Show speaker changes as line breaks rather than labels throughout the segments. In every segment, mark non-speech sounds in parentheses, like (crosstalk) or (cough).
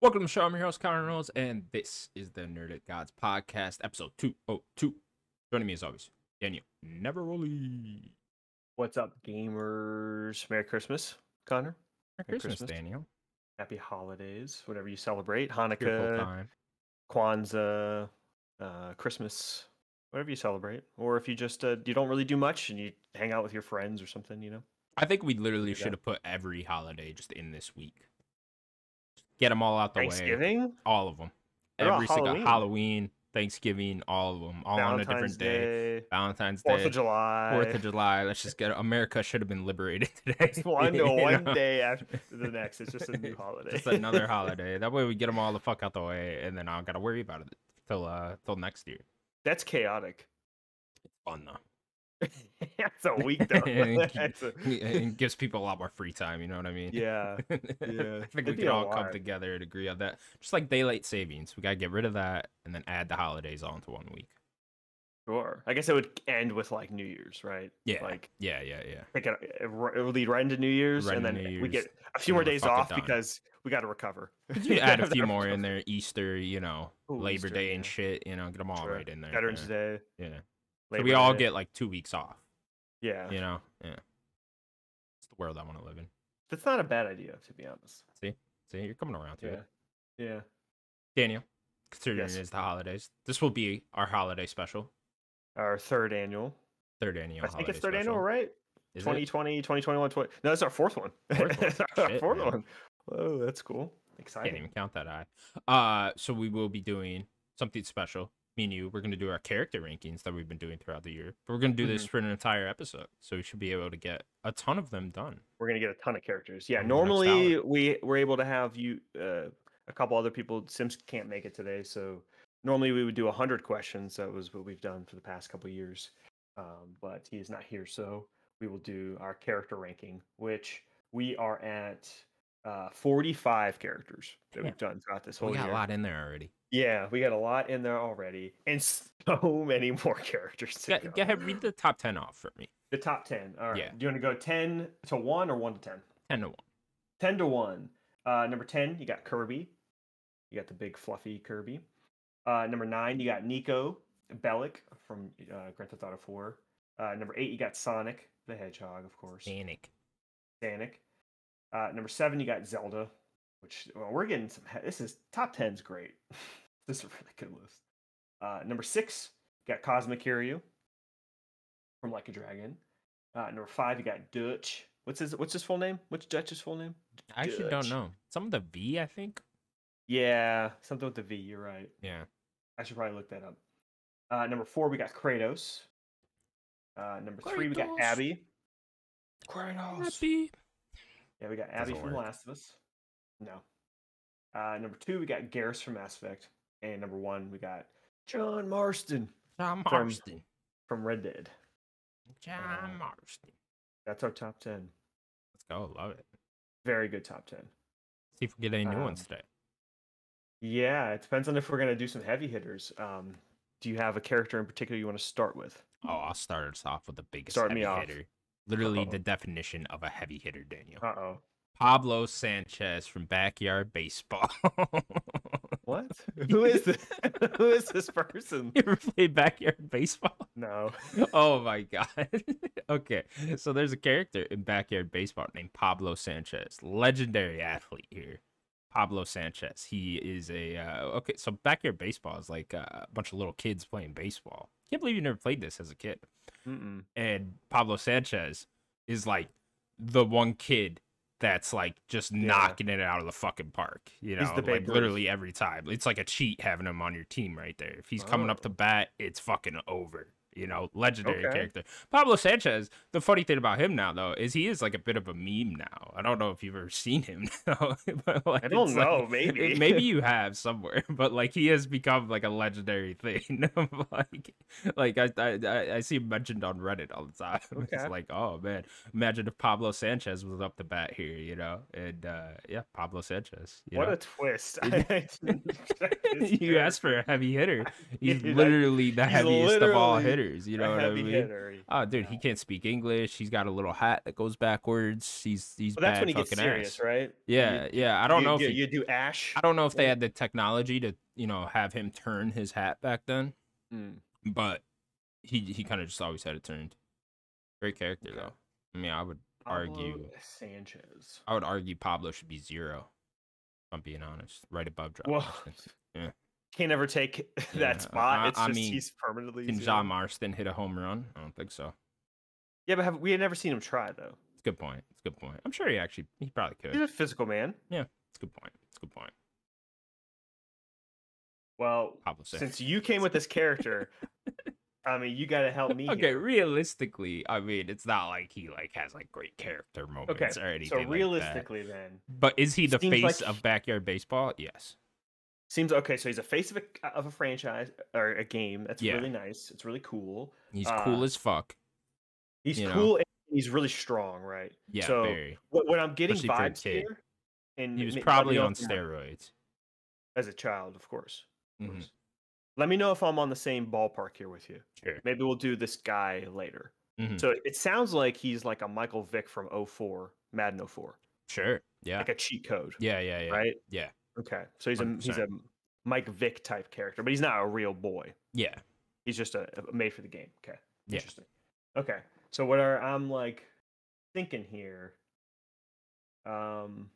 Welcome to the show. I'm your host, Connor Reynolds, and this is the Nerd at Gods podcast, episode 202. Joining me as always, Daniel Neveroli.
What's up, gamers? Merry Christmas, Connor.
Merry
Merry
Christmas,
Christmas.
Daniel.
Happy holidays, whatever you celebrate.
Cheerful
Hanukkah,
time.
Kwanzaa, uh, Christmas, whatever you celebrate. Or if you just uh, you don't really do much and you hang out with your friends or something, you know.
I think we literally
you go.
should have put every holiday just in this week. Just Get them all out the way.
Thanksgiving,
All of them.
What about
Every single
Halloween?
Halloween, Thanksgiving, all of them. All on a
Valentine's
different day.
Day,
Valentine's
Fourth
Day.
of July.
Fourth of July. Let's just get America should have been liberated (laughs)
(laughs)
today.
It's (laughs)
(laughs)
one,
you
one
know?
day after the next. It's just
(laughs)
a new holiday. (laughs)
Just another holiday. That way we get them all the fuck out the way, and then I don't gotta worry about it till uh till next year.
That's chaotic. (laughs)
Fun though,
That's a week (laughs) though.
(laughs) And keep-
That's a-
and gives people a lot more free time. You know what I mean? (laughs)
(laughs) yeah.
I
it'd
think we
be
could
a
all come
lot.
together and agree on that. Just like daylight savings, we gotta get rid of that and then add the holidays onto one week.
Sure. I guess it would end with like New Year's, right?
Yeah,
Like
yeah, yeah,
(laughs)
yeah.
pick it, it ri- it'll lead right into New Year's,
Right
and then
into New
we
Year's,
get a few
and
more
we're
days
fucking
off
done.
because we got to recover. (laughs)
Could you add a
Gotta
few more in
recover.
there? Easter, you know,
Ooh,
Labor
Easter,
Day and
yeah.
shit. You know, get them all right
Sure.
in there.
Veterans
yeah.
Day.
Yeah. So
Labor
we all
Day.
get like two weeks off.
Yeah.
You know, yeah. It's the world I want to live in.
That's not a bad idea, to be honest.
See, you're coming around to
Yeah.
it.
Yeah.
Daniel, considering
Yes.
it is the holidays, this will be our holiday special,
Our third annual.
third annual.
I think it's
holiday
third
special.
annual, right?
Is it?
2020, 2021, 20. No, that's our fourth one.
Fourth one.
(laughs) It's our
Shit,
fourth
man.
one. Whoa, that's cool.
Can't
Exciting.
even count that eye. Uh, so we will be doing something special. Me and you, we're gonna do our character rankings that we've been doing throughout the year. But we're gonna do
Mm-hmm.
this for an entire episode, so we should be able to get a ton of them done.
We're gonna get a ton of characters. Yeah.
Over the next hour.
Normally we we're able to have you uh, a couple other people. Sims can't make it today, so normally we would do hundred questions. That was what we've done for the past couple years. Um, but he is not here, so we will do our character ranking, which we are at uh, forty-five characters that
Yeah.
we've done throughout this whole
We got
year.
a lot in there already.
Yeah, we got a lot in there already, and (laughs) so many more characters. To
Get,
go.
get read the top ten off for me.
The top ten. All right.
Yeah.
Do you want to go ten to one or one to ten?
Ten to one.
10 to 1. Uh, number 10, you got Kirby. You got the big fluffy Kirby. Uh, number 9, you got Nico Bellic from uh, Grand Theft Auto 4. Uh, number 8, you got Sonic the Hedgehog, of course.
Panic.
Sonic. Uh, number 7, you got Zelda, which well, we're getting some. he- This is top 10's great. (laughs) this is a really good list. Uh, number 6, you got Cosmic Kiryu from Like a Dragon. Uh, number 5, you got Dutch. What's his, what's his full name? What's Dutch's full name?
I actually don't
Dutch.
know. Some of the V, I think.
Yeah, something with the V. You're right.
Yeah.
I should probably look that up. Uh, number four, we got Kratos. Uh, number three, we got
Kratos.
Abby. Kratos.
Happy.
Yeah, we got Abby
Doesn't
from The
work.
Last of Us. No. Uh, number two, we got Garrus from Mass Effect, and number one, we got John Marston
John
From-
Marston.
from Red Dead. Oh.
John Marston.
That's our top ten.
Let's go. Love it.
Very good top ten.
See if we get any new ones
Um,
today.
Yeah, it depends on if we're gonna do some heavy hitters. Um, do you have a character in particular you want to start with?
Oh, I'll start us off with the biggest
start
heavy
me off.
hitter. Literally
Uh-oh.
the definition of a heavy hitter, Daniel.
Uh oh.
Pablo Sanchez from Backyard Baseball. (laughs)
What? Who is this? (laughs) Who is this person?
you ever played Backyard Baseball? (laughs)
No.
Oh my god. (laughs) okay. So there's a character in Backyard Baseball named Pablo Sanchez. Legendary athlete here. Pablo Sanchez. He is a uh, okay, so Backyard Baseball is like uh, a bunch of little kids playing baseball. Can't believe you never played this as a kid.
Mm-mm.
and Pablo Sanchez is like the one kid that's like just
Yeah.
knocking it out of the fucking park. You know,
He's the
like
Babe Ruth.
literally every time. It's like a cheat having him on your team right there. If he's coming up
Oh.
to bat, it's fucking over. You know, legendary
Okay.
character. Pablo Sanchez, the funny thing about him now though, is he is like a bit of a meme now. I don't know if you've ever seen him (laughs) now. but, like,
I don't
it's, uh, like,
know. (laughs) maybe.
maybe you have somewhere, (laughs) but like he has become like a legendary (laughs) thing. like, like I, I- I I see him mentioned on Reddit all the time. (laughs) It's
Okay.
like, oh man, imagine if Pablo Sanchez was up to bat here, you know? And uh, yeah, Pablo Sanchez. You
(laughs) what
know?
a twist!
It-
I
(laughs)
didn't expect this
you
(laughs) character. (laughs)
asked for a heavy hitter. He's
Dude, I-
literally the
he's
heaviest of all
literally-
hitters. You know what I
heavy
mean?
hitter.
Oh, dude,
Yeah.
he can't speak English. He's got a little hat that goes backwards. He's he's
Well, that's
bad
when he gets
fucking
serious,
ass.
right?
Yeah, yeah. I don't
you,
know if
you,
he-
you do Ash.
I don't know if they had the technology to you know have him turn his hat back then,
Mm,
but he he kind of just always had it turned. Great character
Okay.
though. I mean, I would argue-
Pablo Sanchez.
I would argue Pablo should be zero. If I'm being honest, right above John
Well,
Marston. Yeah.
(laughs) can't ever take (laughs) that
Yeah,
spot.
I-
It's
I
just
mean,
he's permanently.
Can
zero.
John Marston hit a home run? I don't think so.
yeah, but have, we had never seen him try though.
It's a good point. It's a good point. I'm sure he actually he probably could.
He's a physical man.
It's a good point. It's a good point.
Well,
Pablo Sanchez.
since you came with
(laughs)
this character, I mean, you got to help me.
okay,
here.
realistically, I mean, it's not like he like has like great character
Okay.
moments or anything.
So
like that.
realistically, then
but is he the
seems
face
like-
of backyard baseball? Yes.
seems okay. So he's a face of a of a franchise or a game. That's
Yeah.
really nice. It's really cool.
He's cool
Uh,
as fuck.
He's
You know.
cool and he's really strong, right?
Yeah,
so
very.
What, what I'm getting
Especially for a
vibes
kid.
here, and
He was
ma- let me
probably
know
on
if I'm-
steroids.
as a child, of course. of
Mhm,
course. Let me know if I'm on the same ballpark here with you.
Sure.
Maybe we'll do this guy later.
Mhm.
So it sounds like he's like a Michael Vick from 04, Madden 04,
Sure. Yeah.
like a cheat code,
yeah. Yeah. Yeah.
right?
yeah.
Okay. So he's a he's a
100%.
Mike Vick type character, but he's not a real boy.
Yeah.
He's just a, a made for the game. Okay.
Yeah.
Interesting. Okay. So what are I'm like thinking here? Um,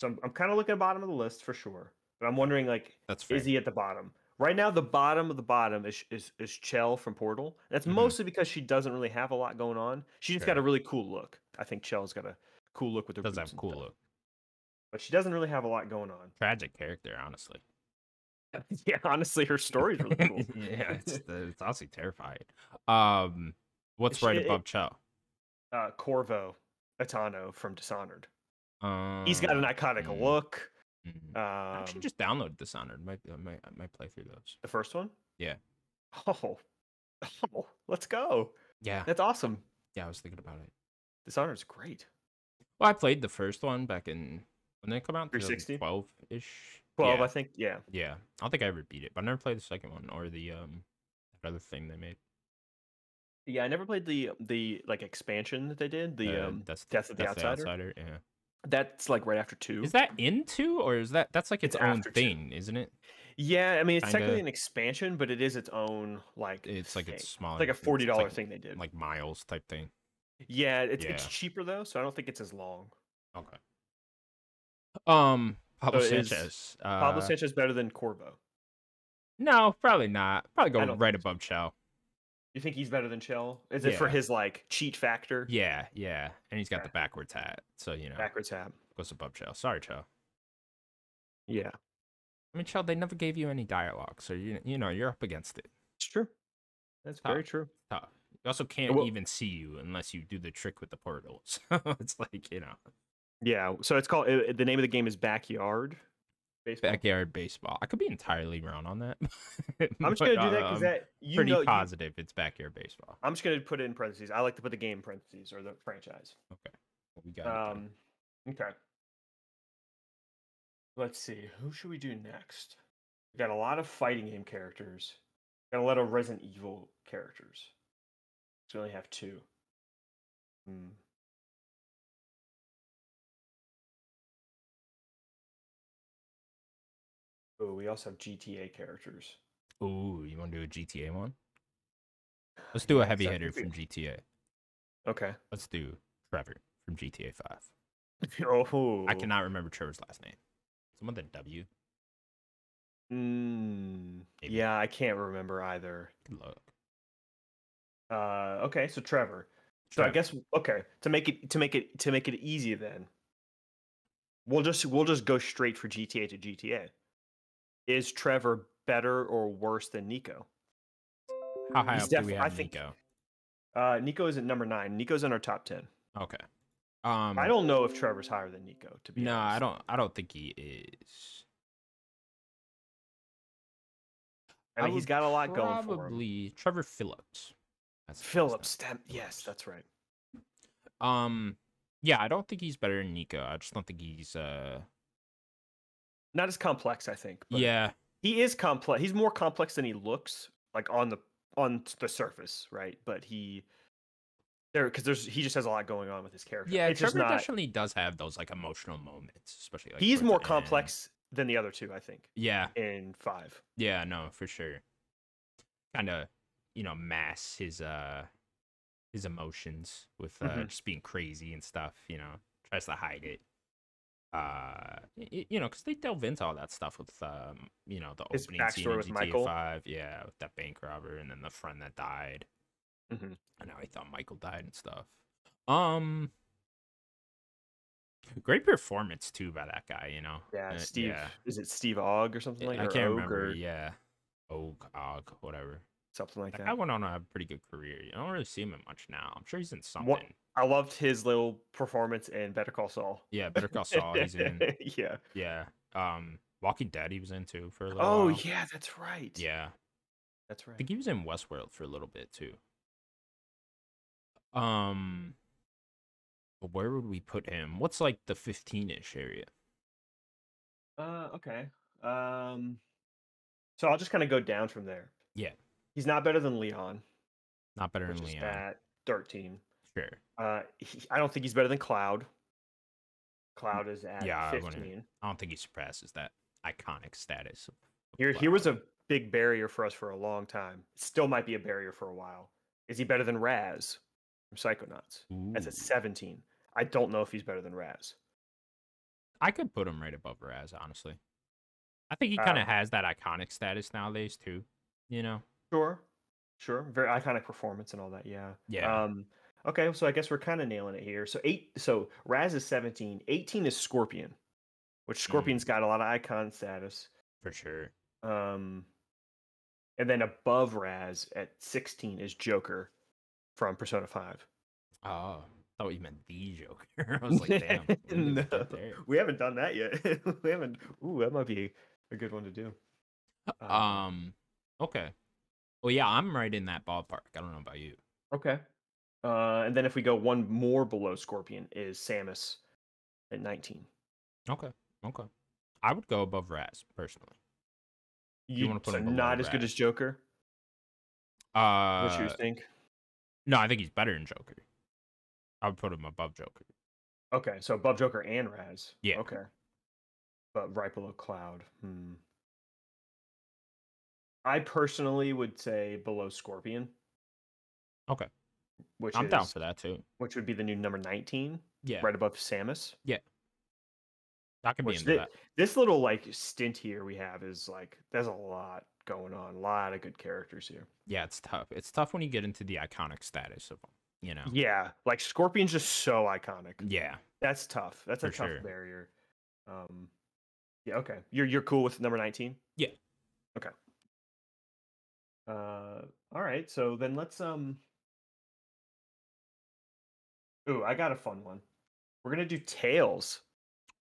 so I'm, I'm kind of looking at the bottom of the list for sure, but I'm wondering like
That's fair.
is he at the bottom? Right now, the bottom of the bottom is is is Chell from Portal. That's
Mhm.
mostly because she doesn't really have a lot going on. She just got a
Sure.
really cool look. I think Chell's got a cool look with her.
Does have a
boobs (laughs) and
cool
stuff,
look.
but she doesn't really have a lot going on. (laughs)
Tragic character, honestly.
yeah, honestly, her story's (laughs) really cool.
(laughs) yeah, it's, the- it's honestly terrifying. Um, what's
She-
right
it-
above Cho?
(laughs) uh, Corvo Atano from Dishonored.
Um,
He's got an iconic
mm.
look.
mhm. I
Um,
should just download Dishonored. Might I might I might play through those.
the first one.
Yeah.
Oh, (laughs) oh, let's go.
Yeah,
That's awesome.
yeah. I was thinking about it.
Dishonored's great.
Well, I played the first one back in when they come out
360?
twelve ish.
Twelve,
Yeah,
I think. Yeah.
yeah. I don't think I ever beat it, but I never played the second one or the um that other thing they made.
Yeah, I never played the the like expansion that they did. The
uh,
um,
Death-
Death of the Outsider.
Yeah.
that's like right after two.
Is that into or is that that's like its,
It's
own
after two.
thing, isn't it?
yeah, I mean it's technically
kinda-
an expansion, but it is its own like
It's like
thing.
it's smaller.
like a
it's- it's like-
forty dollar thing they did.
like miles type thing.
yeah, it's it's
yeah.
cheaper though, so I don't think it's as long.
Okay. Um, Pablo
So is
Sanchez. uh,
Pablo Sanchez better than Corvo.
No, probably not. Probably go
I don't
right
think
above Chow.
You think he's better than Chell? Is it for
Yeah.
his like cheat factor?
Yeah, yeah. And he's got
Okay.
the backwards hat, so you know
backwards hat.
goes above Chow. Sorry, Chow.
Yeah,
I mean, Chow, they never gave you any dialogue, so you you know you're up against it.
it's true. That's
Huh.
very true.
Tough. They also can't
Well-
even see you unless you do the trick with the portal. (laughs) So it's like you know
Yeah, so it's called uh, the name of the game is Backyard. Baseball.
backyard baseball. I could be entirely wrong on that. (laughs) um,
I'm just gonna do that because that you
pretty
know you-
positive it's backyard baseball.
I'm just gonna put it in parentheses. I like to put the game in parentheses or the franchise.
We got it then.
Um, okay. Let's see. Who should we do next? We got a lot of fighting game characters. Got a lot of Resident Evil characters. So we only have two. Hmm. Oh, we also have GTA characters. Um,
Ooh, you want to do a GTA one? Let's do a heavy
so I
hitter
think
from GTA.
Okay.
Let's do Trevor from GTA Five.
(laughs) oh,
I cannot remember Trevor's last name. Someone with a W.
Mm,
Maybe.
yeah, I can't remember either.
Good luck.
Uh, okay, so Trevor. So I
Trevor.
guess okay to make it to make it to make it easy then. We'll just we'll just go straight for GTA to GTA. Is Trevor better or worse than Nico?
how high
he's
up do
def-
we
I
have
think-
Nico?
Uh, Nico is at number nine. Nico's in our top ten.
Okay. Um,
I don't know if Trevor's higher than Nico. To be
No,
honest.
I don't. I don't think he is.
I mean, he's
would
got a lot going for him.
Probably Trevor Phillips. That's the guy's name.
Phillips. That, yes,
Phillips.
that's right.
Um, yeah, I don't think he's better than Nico. I just don't think he's. Uh,
Not as complex, I think. But
yeah,
he is complex. He's more complex than he looks, like on the on t- the surface, right? But he there because there's he just has a lot going on with his character.
Yeah,
it's just
Trevor
not.
definitely does have those like emotional moments, especially. Like,
He's
towards
more
the end.
complex than the other two, I think.
Yeah,
In five,
yeah, no, for sure. Kind of, you know, mass his uh his emotions with uh,
Mhm.
just being crazy and stuff. You know, tries to hide it. Uh, y- y- you know, because they delve into all that stuff with um, you know, the
His
opening scene
backstory
in
with
GTA
Michael.
Five, yeah, with that bank robber and then the friend that died.
Mhm.
And how he thought Michael died and stuff. Um, great performance too by that guy. You know,
yeah,
Uh,
Steve
yeah.
is it Steve Ogg or something
I-
like
I
or
can't
Ogg
remember.
or
Yeah, Og, Og, whatever.
something like
That
that.
guy went on a pretty good career. I don't really see him in much now. I'm sure he's in something.
What- I loved his little performance in Better Call Saul.
Yeah, Better Call Saul. He's in.
(laughs) yeah.
Yeah. Um, Walking Dead. He was in too for a little.
Oh
while.
yeah, that's right.
Yeah,
that's
I
right.
think he was in Westworld for a little bit too. Um, but where would we put him? What's like the 15-ish area?
Uh, okay. Um, so I'll just kind of go down from there.
Yeah.
He's not better than Leon,
Not better
which
than
is
Leon.
at thirteen.
Sure.
Uh, he, I don't think he's better than Cloud. Cloud is at
Yeah, I wouldn't-
fifteen.
I don't think he surpasses that iconic status. of- of
Here, here was
Cloud.
a big barrier for us for a long time. Still might be a barrier for a while. Is he better than Raz from Psychonauts? That's
Ooh.
at seventeen. I don't know if he's better than Raz.
I could put him right above Raz, honestly. I think he kind
Uh,
of has that iconic status nowadays too. You know,
Sure, sure. Very iconic performance and all that. Yeah.
Yeah.
Um, okay, so I guess we're kind of nailing it here. So eight. So Raz is seventeen. Eighteen is Scorpion, which Scorpion's
Mm.
got a lot of icon status.
for sure.
Um, and then above Raz at sixteen is Joker from Persona Five.
Oh, I thought you meant the Joker. (laughs) I was
(laughs)
like, damn. we didn't
No,
get there.
we haven't done that yet. (laughs) we haven't. Ooh, that might be a good one to do.
Um. Okay. Well, yeah, I'm right in that ballpark. I don't know about you.
Okay. Uh, and then if we go one more below Scorpion is Samus at nineteen.
Okay. Okay. I would go above Raz personally.
You,
wanna put
so
him below
not as good
Raz.
as Joker?
Uh,
What you think?
no, I think he's better than Joker. I would put him above Joker.
Okay, so above Joker and Raz.
Yeah.
Okay. But right below Cloud. Hmm. I personally would say below Scorpion.
Okay.
Which
I'm
is,
down for that too.
Which would be the new number nineteen,
Yeah,
right above Samus.
I can be
Which
into
thi-
that.
This little like stint here we have is like there's a lot going on, a lot of good characters here.
Yeah, it's tough. It's tough when you get into the iconic status of them. You know.
Yeah, like Scorpion's just so iconic.
Yeah.
That's tough. That's a
For
tough
sure.
barrier. Um, yeah. Okay. You're you're cool with number nineteen.
Yeah.
Okay. Uh, all right. So then let's um. Ooh, I got a fun one. We're gonna do tails.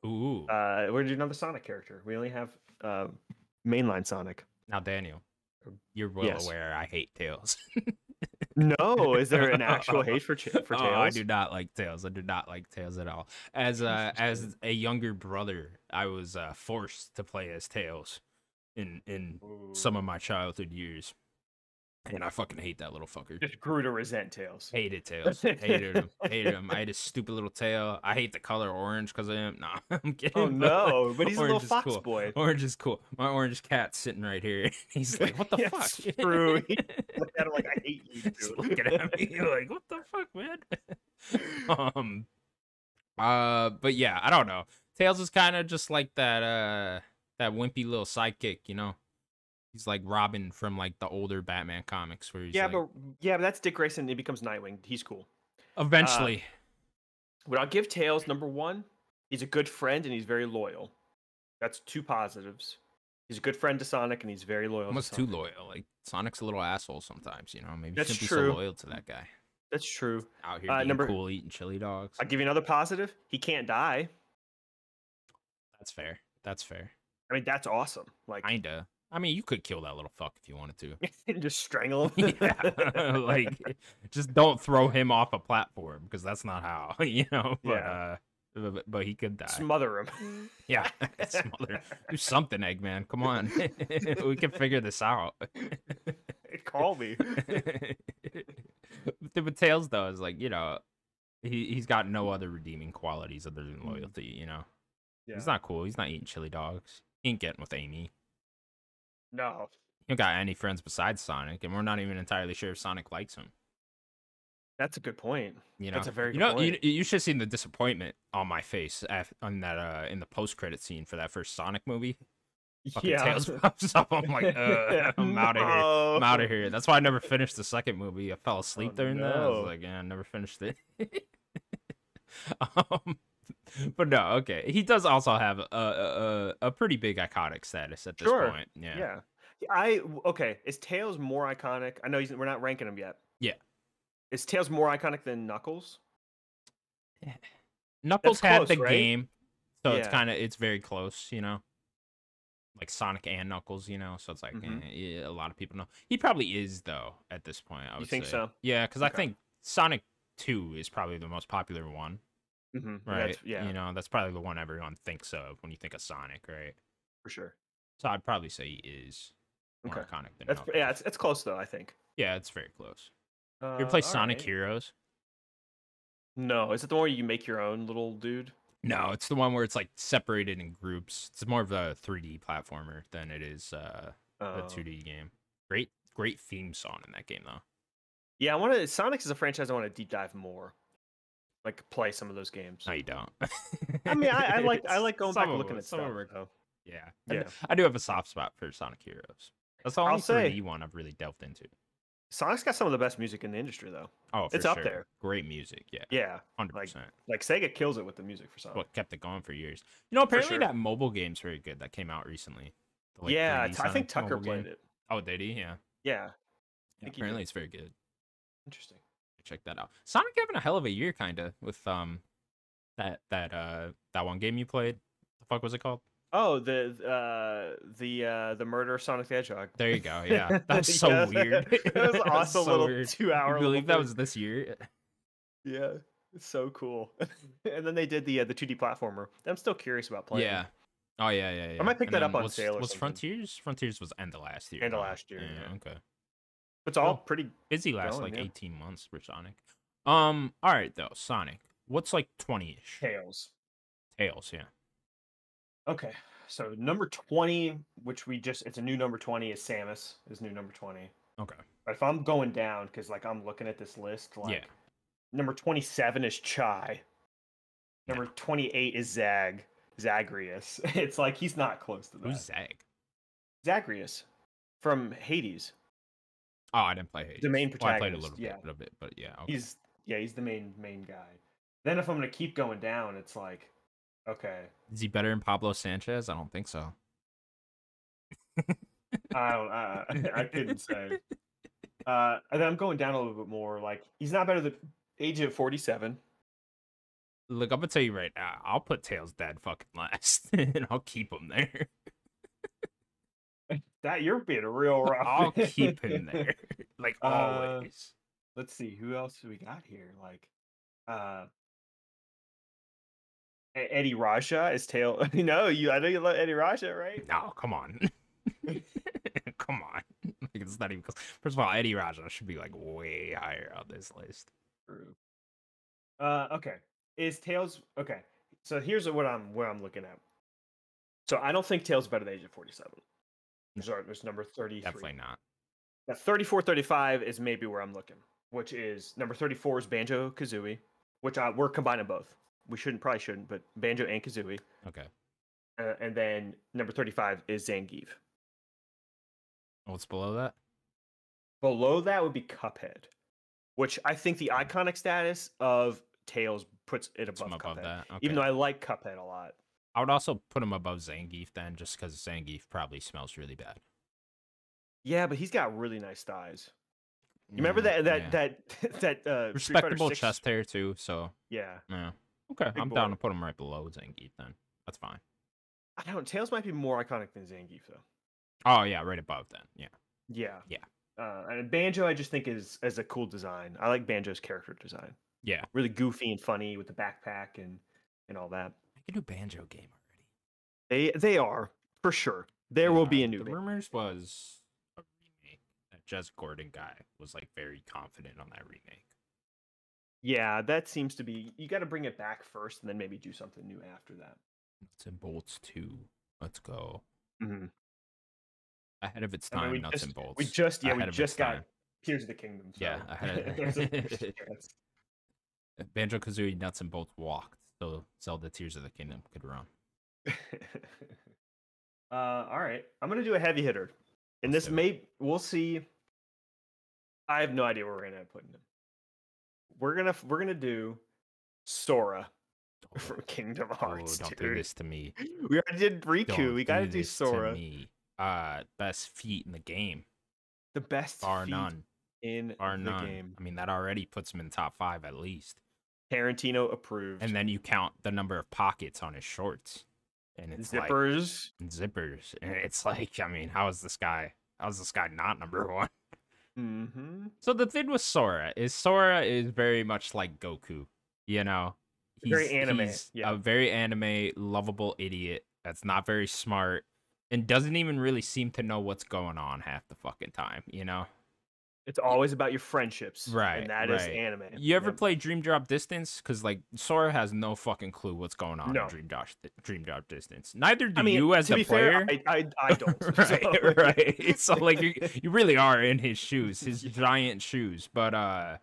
Ooh.
Uh, we're gonna do another Sonic character. We only have uh, mainline Sonic.
now, Daniel, you're well
yes.
aware I hate Tails. (laughs)
No, is there an actual hate for cha- for
Oh,
tails?
I do not like Tails. I do not like Tails at all. As uh, as a younger brother, I was uh, forced to play as Tails in in
Ooh.
some of my childhood years, and I fucking hate that little fucker.
just grew to resent tails.
Hated
(laughs)
Tails. Hated him. Hated him. I had his stupid little tail. I hate the color orange because of him. (laughs) Nah, I'm kidding. but,
Oh
like,
no! But he's a little
orange is
fox
cool.
boy.
(laughs) Orange is cool. My orange cat's sitting right here. (laughs) He's like,
(laughs)
what the
Yeah,
fuck?
it's true. He Looked at him
(laughs)
like I hate you.
He's
dude."
looking
(laughs)
at me like, what the fuck, man? (laughs) um, uh, but yeah, I don't know. Tails is kind of just like that, uh, that wimpy little sidekick, you know. He's like Robin from like the older Batman comics, where he's
Yeah,
like,
but yeah, but that's Dick Grayson. He becomes Nightwing. He's cool.
eventually,
What I'll give Tails number one, he's a good friend and he's very loyal. That's two positives. He's a good friend to Sonic and he's very loyal.
almost
to
too
Sonic.
loyal. Like Sonic's a little asshole sometimes, you know. Maybe
That's
you shouldn't be
true.
so loyal to that guy
That's true.
out here
Uh,
being
number-
cool, eating chili dogs.
I'll give you another positive. He can't die.
That's fair. That's fair.
I mean, that's awesome. Like I
Kinda. I mean, you could kill that little fuck if you wanted to.
(laughs) just strangle him.
yeah, (laughs)
(laughs)
like just don't throw him off a platform because that's not how (laughs) you know. But
Yeah.
uh, bu- bu- but he could die. (laughs)
smother him.
yeah, (laughs) smother. Do something, Eggman. Come on, we can figure this out.
(laughs)
(laughs)
call me.
the Tails though is like you know, he he's got no other redeeming qualities other than loyalty. You know,
Mm-hmm. Yeah.
he's not cool. He's not eating chili dogs. He ain't getting with Amy.
No.
He don't got any friends besides Sonic, and we're not even entirely sure if Sonic likes him.
That's a good point.
You know,
That's a very
you
good
know, you,
point.
you should have seen the disappointment on my face af- on that uh in the post credit scene for that first Sonic movie. Fucking
yeah.
Tails pops up. (laughs) I'm like,
(laughs)
uh, (laughs) I'm out of here. I'm out of here. That's why I never finished the second movie. I fell asleep during that. I
Oh, no.
was like, yeah, I never finished it. (laughs) um, but no, okay. He does also have a, a a- a pretty big iconic status at this
Sure.
point. Yeah.
Yeah. I okay. Is Tails more iconic? I know he's, we're not ranking him yet.
Yeah.
Is Tails more iconic than Knuckles?
Knuckles
That's
had
close,
the
right?
game, so it's
Yeah.
kind of it's very close, you know. Like Sonic and Knuckles, you know, so it's like
Mhm.
eh, yeah, a lot of people know. He probably is though at this point. I
You
would
think
say.
so?
Yeah, because I
Okay.
think Sonic Two is probably the most popular one.
Mm-hmm.
right?
Yeah.
You know, that's probably the one everyone thinks of when you think of Sonic, right?
for sure.
So I'd probably say he is more
Okay.
iconic than
That's
Knuckles.
yeah. It's, it's close though. I think.
yeah, it's very close.
Uh,
You ever play
all
Sonic
right.
Heroes?
No. Is it the one where you make your own little dude?
No, it's the one where it's like separated in groups. It's more of a 3D platformer than it is uh, a
Oh.
2D game. Great, great theme song in that game though.
Yeah. I want to. Sonic's is a franchise I want to deep dive more. Like play some of those games.
No, you don't.
I mean, I, I like
(laughs)
I
It's-
like going
some
back
of
and looking
them-
at
some
stuff.
of them are-
so.
Yeah, I do-
Yeah.
I do have a soft spot for Sonic Heroes. That's the only
I'll say-
3D one I've really delved into.
Sonic's got some of the best music in the industry, though.
Oh, for
It's up
sure.
there.
Great music. Yeah,
Yeah,
hundred
like,
percent.
like Sega kills it with the music for Sonic.
what kept it going for years. You know, apparently
sure.
that mobile game's very good that came out recently. The, like,
yeah,
3D
t- I
Sonic
think Tucker
mobile
played
game.
it.
Oh, did he? Yeah.
Yeah,
yeah
think he did.
apparently it's very good.
interesting.
Check that out. Sonic having a hell of a year, kind of, with um that that uh that one game you played. The fuck was it called?
Oh, the uh, the uh, the murder of Sonic the Hedgehog.
There you go.
(laughs)
Yeah, that's so
Yeah,
weird.
(laughs) that was an
(laughs) That's
awesome
so
little
weird.
two
Can you
hour.
believe that was this year. uh,
yeah, it's so cool. (laughs) and then they did the uh, the two D platformer. I'm still curious about playing.
Yeah. Oh yeah, yeah, yeah.
might pick
And
that up
then
on
was,
sale or
Was
something.
Frontiers? Frontiers was end of last year.
End of
right?
last year, yeah.
Okay.
it's all
Cool.
pretty.
busy last
Going,
like
yeah.
18 months for Sonic. Um, all right though, Sonic. What's like 20 ish?
Tails.
Tails, yeah.
Uh, Okay, so number twenty, which we just—it's a new number twenty. Is Samus is new number twenty.
Okay.
But if I'm going down, because like I'm looking at this list, like
Yeah.
number 27 is Chai.
Yeah.
Number 28 is Zag. Zagreus. (laughs) It's like he's not close to that.
Who's Zag?
Zagreus from Hades.
Oh, I didn't play Hades.
The main
Well, I played a
protagonist,
little
yeah.
bit, little bit, but yeah. Okay.
He's yeah, he's the main main guy. Then if I'm gonna keep going down, it's like, okay,
Is he better than Pablo Sanchez? I don't think so.
I don't, (laughs) I, I
(laughs)
couldn't say. Uh, and then I'm going down a little bit more. Like he's not better than age of 47.
Look, I'm gonna tell you right now. I'll put Tails dead fucking last, (laughs) and I'll keep him
(laughs)
there.
That you're being real
(laughs)
rough.
I'll keep
(laughs)
him there, (laughs) like
Uh,
always.
let's see who else do we got here like uh E- Eddie Raja is tail. (laughs) No, you. I know you love Eddie Raja, right?
No, come on. (laughs) come on. Like, it's not even close. First of all, Eddie Raja should be like way higher on this list.
True. Uh, okay. Is Tails okay? So here's what I'm where I'm looking at. So I don't think Tails better than Agent 47. Sorry, there's number 33.
Definitely not.
Now, 34, 35 is maybe where I'm looking, which is number 34 is Banjo Kazooie, which I, we're combining both. We shouldn't probably shouldn't, but Banjo and Kazooie.
Okay.
Uh, and then number 35 is Zangief.
What's below that?
Below that would be Cuphead, which I think the iconic status of Tails puts it
Some
above
above
Cuphead.
that. Okay.
Even though I like Cuphead a lot.
I would also put him above Zangief then, just because Zangief probably smells really bad.
Yeah, but he's got really nice thighs. You remember that that that (laughs) that
Mm,
uh, Street Fighter
respectable
6
chest hair too? So
Yeah,
yeah. Okay,
Big
I'm down
boy.
to put him right below Zangief then. That's fine.
I don't. Tails might be more iconic than Zangief though.
Oh yeah, right above then. Yeah.
Yeah.
Yeah.
Uh, and Banjo, I just think is as a cool design. I like Banjo's character design.
Yeah.
Really goofy and funny with the backpack and and all that.
I could do banjo game already.
They they are for sure. There will be
Yeah,
a new.
The
Ban-
rumors was a remake that Jez Gordon guy was like very confident on that remake.
Yeah, that seems to be. You got to bring it back first, and then maybe do something new after that.
Nuts and bolts two. Let's go
Mm-hmm.
ahead of its
I
time.
mean, we
nuts
just-
and bolts.
We just yeah,
ahead
we
of its
just got
time.
Tears of the Kingdom. So.
Yeah, ahead of-
(laughs)
(laughs)
there's a- there's a chance.
Banjo Kazooie Uh, nuts and bolts walked, so Zelda Tears of the Kingdom could run.
(laughs) uh, all right, I'm gonna do a heavy hitter, and
Let's
this
do it.
may we'll see. I have no idea where we're gonna end up putting him. We're gonna f- we're gonna do Sora (laughs)
Oh,
from Kingdom
oh,
Hearts.
don't do
dude.
this to me.
(laughs) We already did Riku.
Don't
we gotta
do
do
this to
Sora.
me. Uh, best feet in the game,
The best
bar
feat
none,
in
bar
the
none.
game.
I mean, that already puts him in top five at least.
Tarantino approved.
And then you count the number of pockets on his shorts, and it's like-
zippers.
and zippers, and it's like, I mean, how is this guy? How's this guy not number (laughs) one?
hmm
So the thing with Sora is Sora is very much like Goku, you know.
Very anime,
he's
yeah.
a very anime, lovable idiot that's not very smart and doesn't even really seem to know what's going on half the fucking time, you know.
It's always about your friendships,
Right,
And that is
right.
anime.
You ever
Yep.
play Dream Drop Distance? Because like Sora has no fucking clue what's going on
No.
in Dream Drop Dream Drop Distance. Neither do
I mean,
you as
to
a
be
player.
fair, I, I,
(laughs)
I don't.
right,
(laughs) so-
(laughs)
(laughs)
right. So like you, (laughs) you really are in his shoes, his giant shoes. But uh,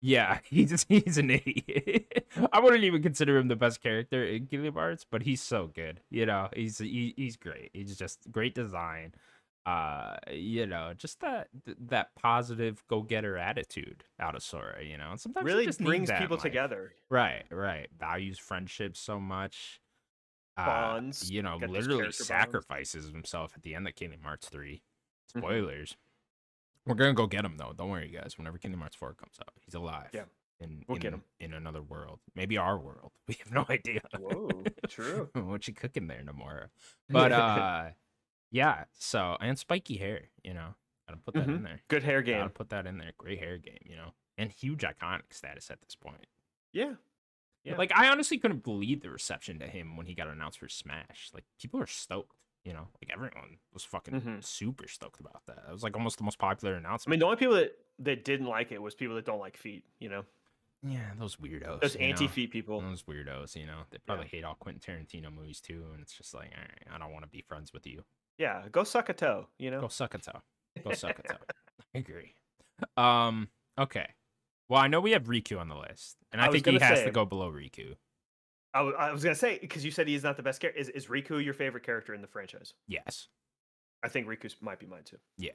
yeah, (laughs) he's he's an idiot. (laughs) I wouldn't even consider him the best character in Kingdom Hearts, but he's so good. You know, he's he, he's great. He's just great design. Uh, you know, just that th- that positive go getter attitude out of Sora. You know, and sometimes you
really
just need
brings
that in
people
life.
together.
Right, right. Values friendship so much. Uh,
Bonds.
you know,
got these
literally
character bonds.
sacrifices himself at the end of Kingdom Hearts 3.
Mm-hmm.
Spoilers. We're gonna go get him though. Don't worry, guys. Whenever Kingdom Hearts 4 comes out, he's alive.
Yeah.
In,
We'll get
in-
him.
in another world, maybe our world. (laughs) We have no idea.
Whoa, true.
(laughs) what you cooking there
(laughs)
tomorrow? But uh, yeah. So and spiky hair, you know, gotta put that in there.
good hair
Gotta
Mm-hmm. game.
put that in there. Great hair game, you know, and huge iconic status at this point.
Yeah. Yeah.
Like I honestly couldn't believe the reception to him when he got announced for Smash. Like people are stoked, you know. Like everyone was fucking
Mhm.
super stoked about that. That was like almost the most popular
I mean,
announcement.
the only people that, that didn't like it was people that don't like feet. You know,
yeah, those weirdos.
those
you know?
anti feet people.
Those weirdos, you know. They probably hate all Quentin Tarantino movies too, and it's just like, all right, I don't want to be friends with you.
Yeah, go suck a toe. You
Go
know,
suck a toe. Go suck a toe. I agree. Um. Okay. Well, I know we have Riku on the list, and I,
I was
think he
gonna
has
say-
to go below Riku.
I, w- I was gonna say because you said he's not the best character. Is, is Riku your favorite character in the franchise?
Yes.
I think Riku might be mine too.
Yeah.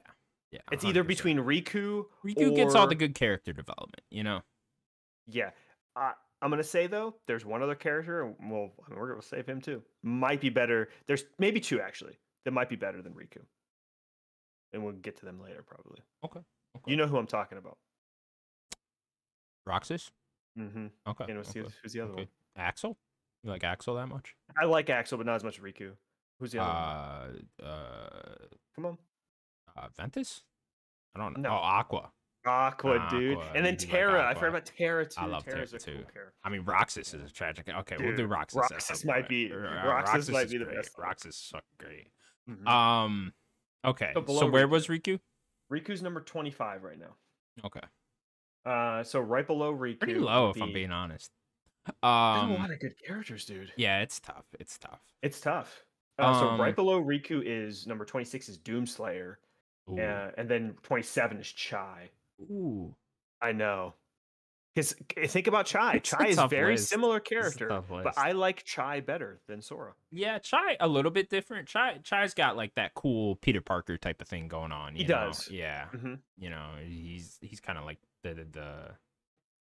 Yeah.
It's either
100%.
between Riku.
Riku gets all the
or-
good character development, you know.
Yeah. I I'm gonna say though, there's one other character, and we'll I mean, we're gonna save him too. Might be better. There's maybe two actually that might be better than Riku, and we'll get to them later probably.
Okay, okay.
You know who I'm talking about.
Roxas.
Mm-hmm.
Okay.
And who's the,
Uh, okay.
who's the other
okay.
one?
Axel. You like Axel that much?
I like Axel, but not as much as Riku. Who's the other one?
Uh, uh,
Come on,
uh, Ventus. I don't know.
No.
Oh, Aqua.
Aqua, dude.
Aqua,
And then
you do like
Terra. I
Aqua.
forgot about Terra too.
I love
Terra's
Terra,
a cool
too.
character.
I mean, Roxas is a tragic. Okay, we'll do
Dude,
Roxas. at
Roxas
some
might
point.
be-
R- uh,
Roxas might
is
be the
great.
best one.
Roxas is so great.
Mhm.
Um. Okay.
So
so
below
where
Riku.
was Riku?
Riku's number 25 right now.
Okay.
Uh, so right below Riku.
Pretty low,
would
if I'm
be-
being honest.
There's a
Um.
lot of good characters, dude.
Yeah, it's tough. It's tough.
It's tough. Uh, so
Um,
right below Riku is number 26 is Doomslayer,
Ooh.
uh, and then 27 is Chai.
Ooh.
I know. Because think about Chai.
It's a
Chai is
tough
very
list.
similar
This is a
character,
tough
but
list.
I like Chai better than Sora.
Yeah, Chai a little bit different. Chai Chai's got like that cool Peter Parker type of thing going on.
He
you know?
does.
Yeah,
Mhm.
you know he's he's kind of like the the, the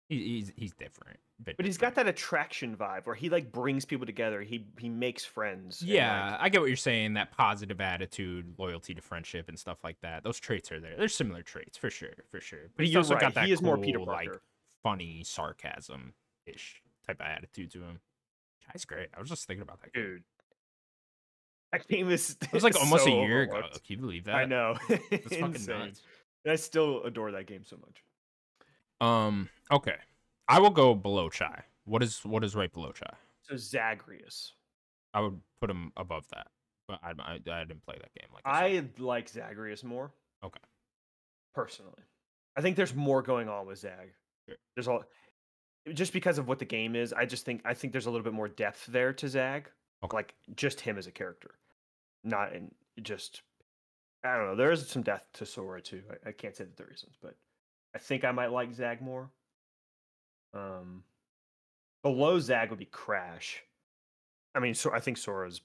he, he's he's different,
But he's got that attraction vibe where he like brings people together. He he makes friends. and, like,
Yeah, I get what you're saying. That positive attitude, loyalty to friendship, and stuff like that. Those traits are there. There's similar traits for sure, for sure. But he's
you're
also
right,
got that
he is more Peter
cool, like
Parker.
funny sarcasm ish type of attitude to him. Chai's great. I was just thinking about that. Game.
dude. That game is. (laughs)
It was like almost
so
a year ago.
overlooked.
Can you believe that?
I know. (laughs)
That's fucking
Insane.
nuts.
And I still adore that game so much.
Um. Okay. I will go below Chai. What is what is right below Chai?
So Zagreus,
I would put him above that, but I I, I didn't play that game. Like I, said.
I like Zagreus more.
Okay.
personally. I think there's more going on with Zag.
Sure.
There's all just because of what the game is. I just think I think there's a little bit more depth there to Zag,
Okay.
like just him as a character, not in just. I don't know. There is some depth to Sora too. I, I can't say that there isn't, but I think I might like Zag more. Um, below Zag would be Crash. I mean, so I think Sora's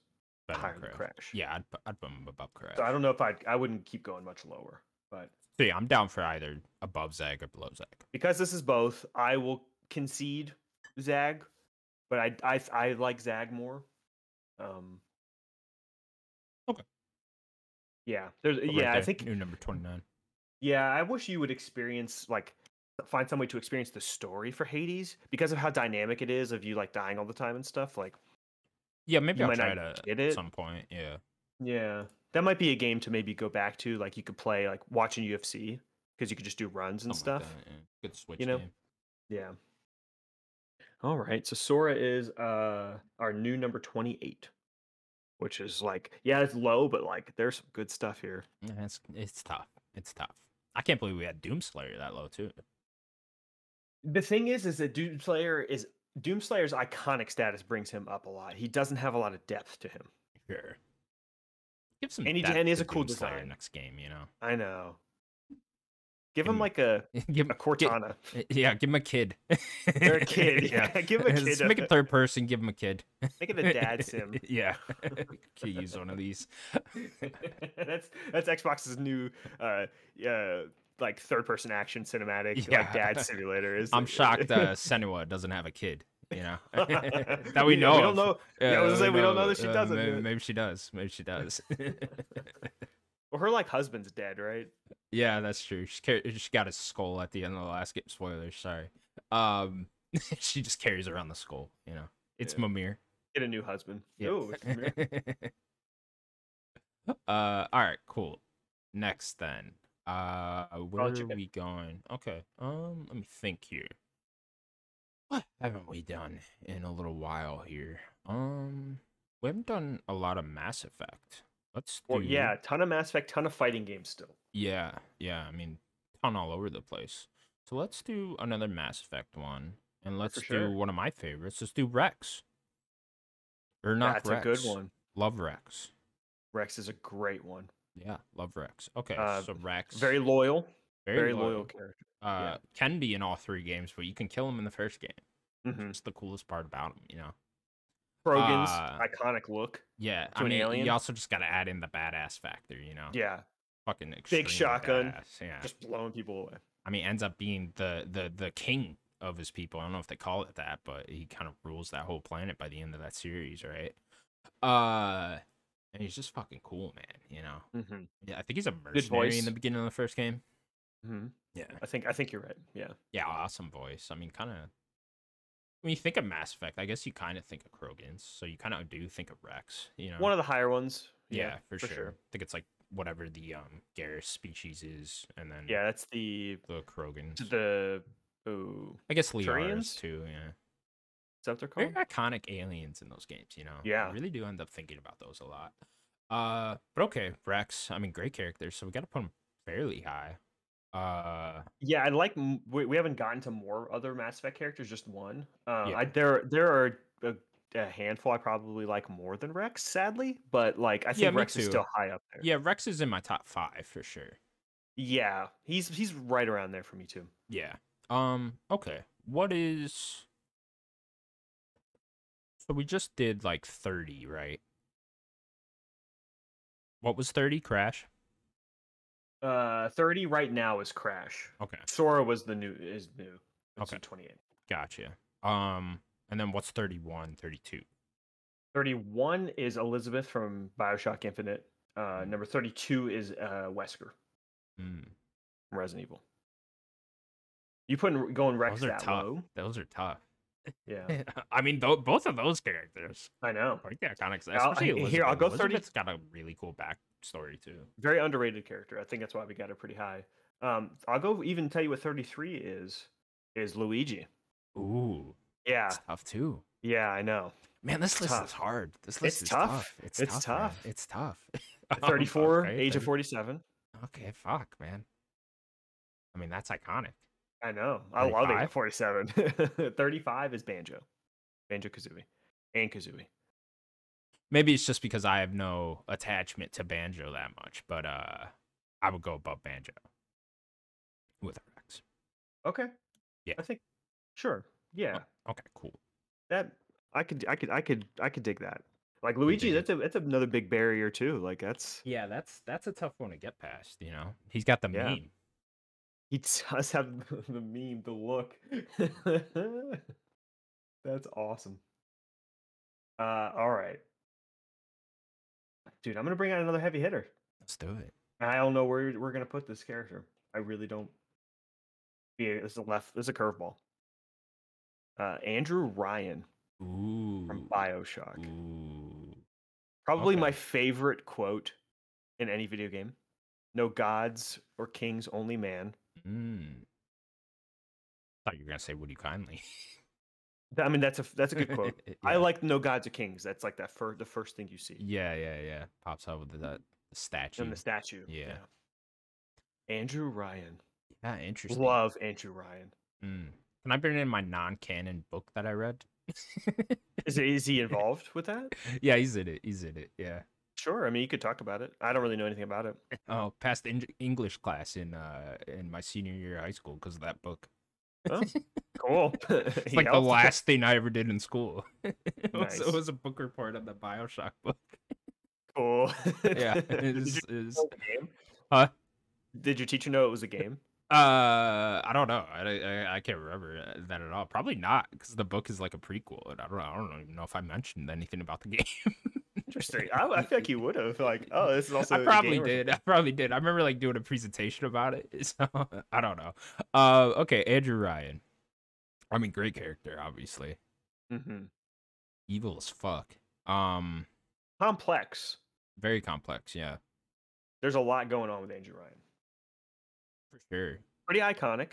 Better than
higher than Crash.
Yeah, I'd, pu- I'd put him above Crash.
So I don't know if I I wouldn't keep going much lower, but
So yeah, I'm down for either above Zag or below Zag.
because this is both, I will concede Zag, but I I I like Zag more. Um.
Okay.
Yeah. There's.
But right
yeah. I
there,
think.
you're number 29.
Yeah. I wish you would experience like find some way to experience the story for Hades because of how dynamic it is of you like dying all the time and stuff. Like.
Yeah, maybe
You
I'll
might
try
not
to
get
at
it.
some point. Yeah.
Yeah. That might be a game to maybe go back to. Like you could play like watching UFC because you could just do runs and
something
stuff.
like that, yeah. Good switch
know?
game.
Yeah. All right. So Sora is uh our new number 28, which is like, yeah, it's low, but like there's some good stuff here.
Yeah, it's, it's tough. It's tough. I can't believe we had Doomslayer that low too.
The thing is, is that Doom Slayer is Doom Slayer's iconic status brings him up a lot. He doesn't have a lot of depth to him.
Sure. Give some
And he-
depth
and he has
to
a cool
Doomslayer
design.
next game, you know. (laughs)
I know. Give him
Mm.
like a,
give him
a
get-
(laughs) Cortana.
Uh, yeah, give him a kid.
Or a kid.
(laughs)
(laughs) Yeah. Give him a
Just
kid.
Make it third person. Give him a kid.
Make it a dad sim.
(laughs) yeah, could use one of
(laughs)
these.
that's that's Xbox's new uh uh like third person action cinematic
Yeah. (laughs)
like dad simulator is
I'm
the-
shocked
(laughs)
uh, (laughs) Senua doesn't have a kid. You know Uh, that we
Yeah,
know.
we don't
of.
know
(laughs)
yeah, I was gonna say, we don't know that she doesn't,
Maybe,
yeah.
maybe she does. Maybe she does. (laughs)
well, her like husband's dead right
yeah, that's true. She, car- she got a skull at the end of the last game. Spoilers, sorry. Um, (laughs) she just carries around the skull. You know, it's
Yeah.
Mimir.
get a new husband
Yeah.
Ooh, it's
(laughs)
mir-
uh, all right, cool. Next then. Uh, where are
chicken.
we going? Okay. Um, let me think here. What haven't we done in a little while here? Um, we haven't done a lot of Mass Effect. Let's do.
well, yeah ton of mass effect ton of fighting games still
Yeah, yeah. I mean, ton all over the place. So let's do another Mass Effect one, and let's
sure.
do one of my favorites. Let's do Rex. Or not
that's
Rex.
a good one
Love Rex.
rex is a great one
Yeah, love Rex. Okay,
Uh,
so Rex
very loyal
very
very, loyal. character
Uh,
yeah.
Can be in all three games, but you can kill him in the first game.
mm-hmm.
That's the coolest part about him, you know.
Krogan's
Uh,
iconic look
Yeah,
To
I
an
mean,
alien?
you also just got to add in the badass factor, you know.
yeah
fucking extremely
shotgun,
badass, Yeah,
just blowing people away
I mean, ends up being the the the king of his people. I don't know if they call it that, but he kind of rules that whole planet by the end of that series, right? Uh, and he's just fucking cool, man. You know.
mm-hmm.
Yeah, I think he's a mercenary in
voice.
the beginning of the first game.
Mm-hmm.
Yeah.
i think i think you're right yeah
Yeah, awesome voice. I mean, kind of. When you think of Mass Effect, I guess you kind of think of Krogan's, so you kind of do think of Rex. You know,
one of the higher ones
yeah, for, sure. I think it's like whatever the um Garrus species is, and then
Yeah, that's the
the Krogan.
the ooh,
I guess Liara's
Turians?
too. Yeah,
is that what they're
very
called?
iconic aliens in those games. You know,
Yeah.
I really do end up thinking about those a lot. Uh, but okay, Rex. I mean, great character, so we got to put him fairly high. Uh,
Yeah, I like. m- We, we haven't gotten to more other Mass Effect characters, just one. Uh,
Yeah.
I, there there are a, a handful I probably like more than Rex, sadly, but like I think
Yeah, me
Rex is
too.
still high up there.
yeah, Rex is in my top five for sure.
yeah, he's he's right around there for me too.
Yeah. Um. Okay. What is? So we just did like thirty, right? What was thirty? Crash.
Uh, thirty right now is Crash.
Okay.
Sora was the new is new.
Okay.
twenty eight.
Gotcha. Um. And then what's 31, 32?
31 is Elizabeth from Bioshock Infinite. Uh,
Mm-hmm.
number 32 is uh, Wesker
Mm,
from Resident Evil. You putting going Rex
those are
that
tough.
low?
Those are tough. (laughs)
Yeah,
I mean, tho- both of those characters
I know.
are quite iconic.
I'll-
Especially Elizabeth.
here, I'll go 30
Elizabeth's got a really cool backstory too.
Very underrated character. I think that's why we got her pretty high. Um, I'll go even tell you what 33 is is Luigi.
Ooh,
Yeah,
it's tough too.
yeah,
(laughs)
I know.
Man, this list
tough.
is hard. This
It's
list is
tough.
tough. It's,
It's
tough. (laughs) man.
tough.
It's tough. Um,
34,
okay,
age of
30
47.
Okay, fuck, man. I mean, that's iconic.
I know. I love
35?
it. 47. (laughs) 35 is Banjo. Banjo Kazooie. And Kazooie.
Maybe it's just because I have no attachment to banjo that much, but uh, I would go above banjo with Rex.
Okay.
Yeah.
I think sure. Yeah.
Okay, cool.
That I could I could I could I could dig that. Like
dig
Luigi,
it.
that's a that's another big barrier too. Like that's
Yeah, that's that's a tough one to get past. You know, he's got the
Yeah.
meme.
he does have the meme, the look. (laughs) that's awesome. Uh all right. Dude, I'm gonna bring out another heavy hitter.
Let's do it.
And I don't know where we're gonna put this character. I really don't. Yeah, it's a left. It's a curveball. Uh, Andrew Ryan
Ooh.
from Bioshock.
Ooh.
Probably my
okay.
favorite quote in any video game. No gods or kings, only man.
Mm. Thought you were gonna say, "Would you kindly?"
Th- I mean, that's a f- that's a good quote.
(laughs)
I
Yeah.
like no gods or kings. That's like that fir- the first thing you see
Yeah, yeah, yeah. Pops up with that statue.
in the statue.
Yeah.
yeah. Andrew Ryan.
yeah, Ah, interesting.
Love Andrew Ryan.
Mm. Can I bring in my non-canon book that I read? (laughs)
Is is he involved with that?
yeah, he's in it. He's in it. Yeah.
Sure. I mean, you could talk about it. I don't really know anything about it.
Oh, passed Eng- English class in uh in my senior year of high school because of that book. (laughs)
Oh, cool. (laughs)
It's
He
like the
helped.
last thing I ever did in school. (laughs) it, was, it
Nice.
was a book report on the Bioshock
(laughs)
book.
Cool.
(laughs)
(laughs)
Yeah.
Did,
It's,
your
it's,
(laughs) teacher know it was a game?
Huh?
Did your teacher know it was a game?
Uh, I don't know. I, don't- I, I can't remember uh, that at all. Probably not, because the book is like a prequel, and I don't know. I don't even know if I mentioned anything about the (laughs) game.
Interesting. I, I feel like you would have. Like, oh, this is also.
I
a
probably
game or-
did. I probably did. I remember like doing a presentation about it. (laughs) So I don't know. Uh, okay, Andrew Ryan. I mean, great character, obviously.
Mhm.
Evil as fuck. Um,
Complex.
very complex. Yeah,
There's a lot going on with Andrew Ryan.
for sure.
Pretty iconic.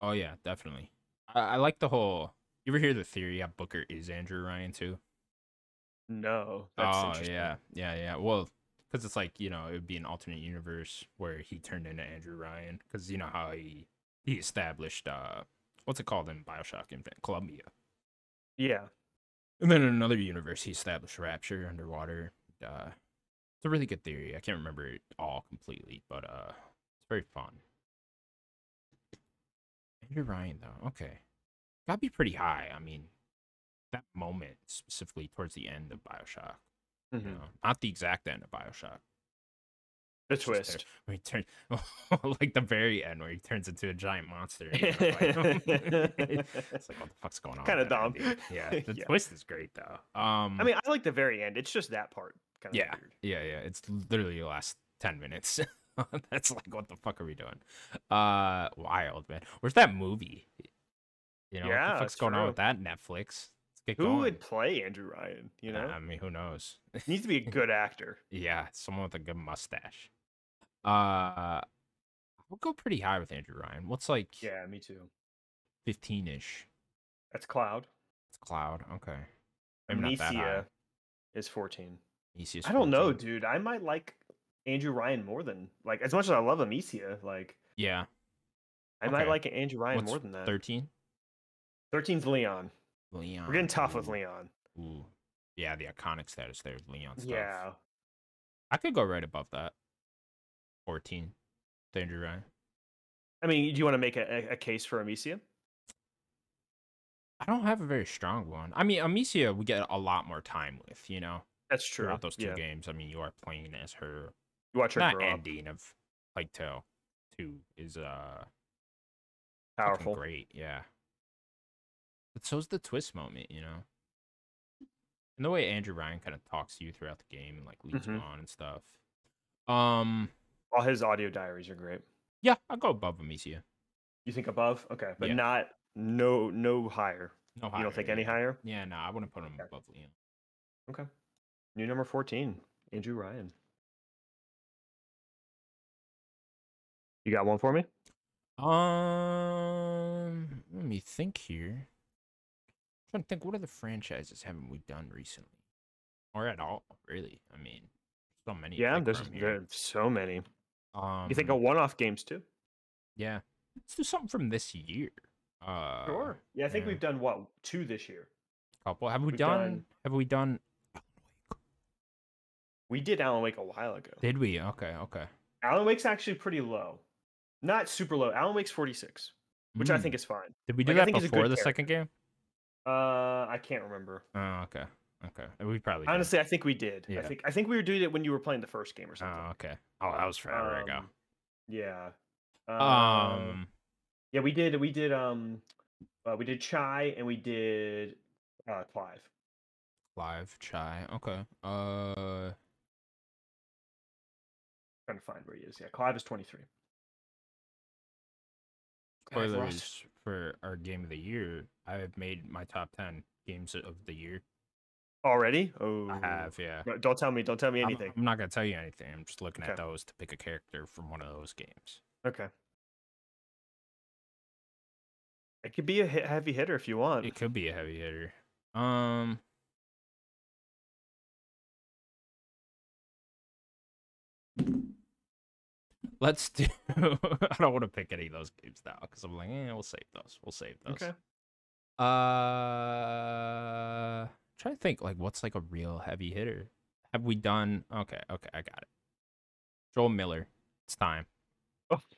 Oh yeah, definitely. I, I like the whole. You ever hear the theory that Booker is Andrew Ryan too?
No. That's
oh
interesting.
yeah, yeah, yeah. Well, because it's like you know it would be an alternate universe where he turned into Andrew Ryan because you know how he he established uh what's it called in Bioshock Infinite Columbia,
Yeah.
and then in another universe he established Rapture underwater. Uh, it's a really good theory. I can't remember it all completely, but uh, it's very fun. Andrew Ryan though, okay, gotta be pretty high. I mean, that moment specifically towards the end of Bioshock.
Mhm.
You know, not the exact end of Bioshock.
The
It's just there.
twist.
Where he turns (laughs) like the very end where he turns into a giant monster. and you gotta fight him. (laughs) it's
I
like what the fuck's going on?
Kinda
with that
dumb.
ending?
(laughs)
Yeah, the
Yeah.
twist is great though. Um,
mean, I like the very end. It's just that part. Kind of
Yeah.
Weird.
yeah, yeah. It's literally the last ten minutes. (laughs) That's like what the fuck are we doing? Uh, wild man. Where's that movie? You know what
Yeah,
the fuck's
it's
going on with
true.
that Netflix? Let's get
Who
going.
would play Andrew Ryan? You know,
I mean, who knows?
needs to be
(laughs)
a good actor.
Yeah, someone with a good mustache. Uh, we'll go pretty high with Andrew Ryan. What's like
Yeah, me too.
fifteen ish?
That's Cloud.
It's Cloud. Okay, maybe not that high.
Amnesia uh, is 14.
Amnesia's
I don't know,
14.
dude. I might like Andrew Ryan more than like as much as I love Amicia, like
Yeah,
I might
Okay.
like Andrew Ryan
What's
more than that.
thirteen.
13's Leon.
Leon.
We're getting tough with
ooh,
Leon.
Ooh. Yeah, the iconic status there, is Leon stuff.
Yeah.
I could go right above that. Fourteen, with Andrew Ryan.
I mean, do you want to make a, a- a case for Amicia?
I don't have a very strong one. I mean, Amicia, we get a lot more time with, you know,
That's true.
throughout those two
yeah.
games. I mean, you are playing as her
You watch her
that
grow up.
ending of Plague Tale Two is uh fucking
Powerful.
great, yeah. But so's the twist moment, you know. And the way Andrew Ryan kind of talks to you throughout the game and like leads you
Mhm.
on and stuff. Um,
All his audio diaries are great.
yeah, I'll go above Amicia.
You think above? Okay, but
Yeah.
not no no higher.
No, higher,
you don't think any
yeah.
higher?
Yeah, no, I wouldn't put him
Okay.
above Leon.
Okay. New number 14, Andrew Ryan. You got one for me?
Um, let me think here. I'm trying to think, what other franchises haven't we done recently, or at all? Really? I mean, so many. to
Yeah,
pick
there's
from here.
there are so many.
Um,
you think of one-off games too?
Yeah, let's do something from this year. Uh,
Sure. Yeah, I think
yeah.
we've done what two this year.
Couple. Have we
We've
done,
done-
Have we done?
We did Alan Wake a while ago.
Did we? Okay. Okay.
Alan Wake's actually pretty low, not super low. Alan Wake's forty six, which I
Mm.
think is fine.
Did we do
like, I
that
think he's a good
before the second game?
Uh, I can't remember.
Oh, okay. Okay. We probably did.
Honestly, I think we did.
Yeah.
I think I think we were doing it when you were playing the first game or something.
Oh, okay. Oh, that was forever ago.
Um, Yeah.
Um.
Uh, Yeah, we did. We did. Um, uh, we did Chai and we did uh, Clive.
live chai. Okay. Uh.
trying to find where he is. Yeah, Clive is twenty three.
spoilers for our game of the year. I have made my top ten games of the year.
Already? Oh,
I have, yeah.
No, don't tell me. Don't tell me
I'm-
anything.
I'm, not gonna tell you anything. I'm just looking at
Okay.
those to pick a character from one of those games.
Okay. It could be a hit, heavy hitter if you want.
It could be a heavy hitter. Um. Let's do. (laughs) I don't want to pick any of those games now because I'm like, eh, we'll save those. We'll save those.
Okay.
Uh, trying to think like what's like a real heavy hitter. Have we done? Okay, okay, I got it. Joel Miller, it's time.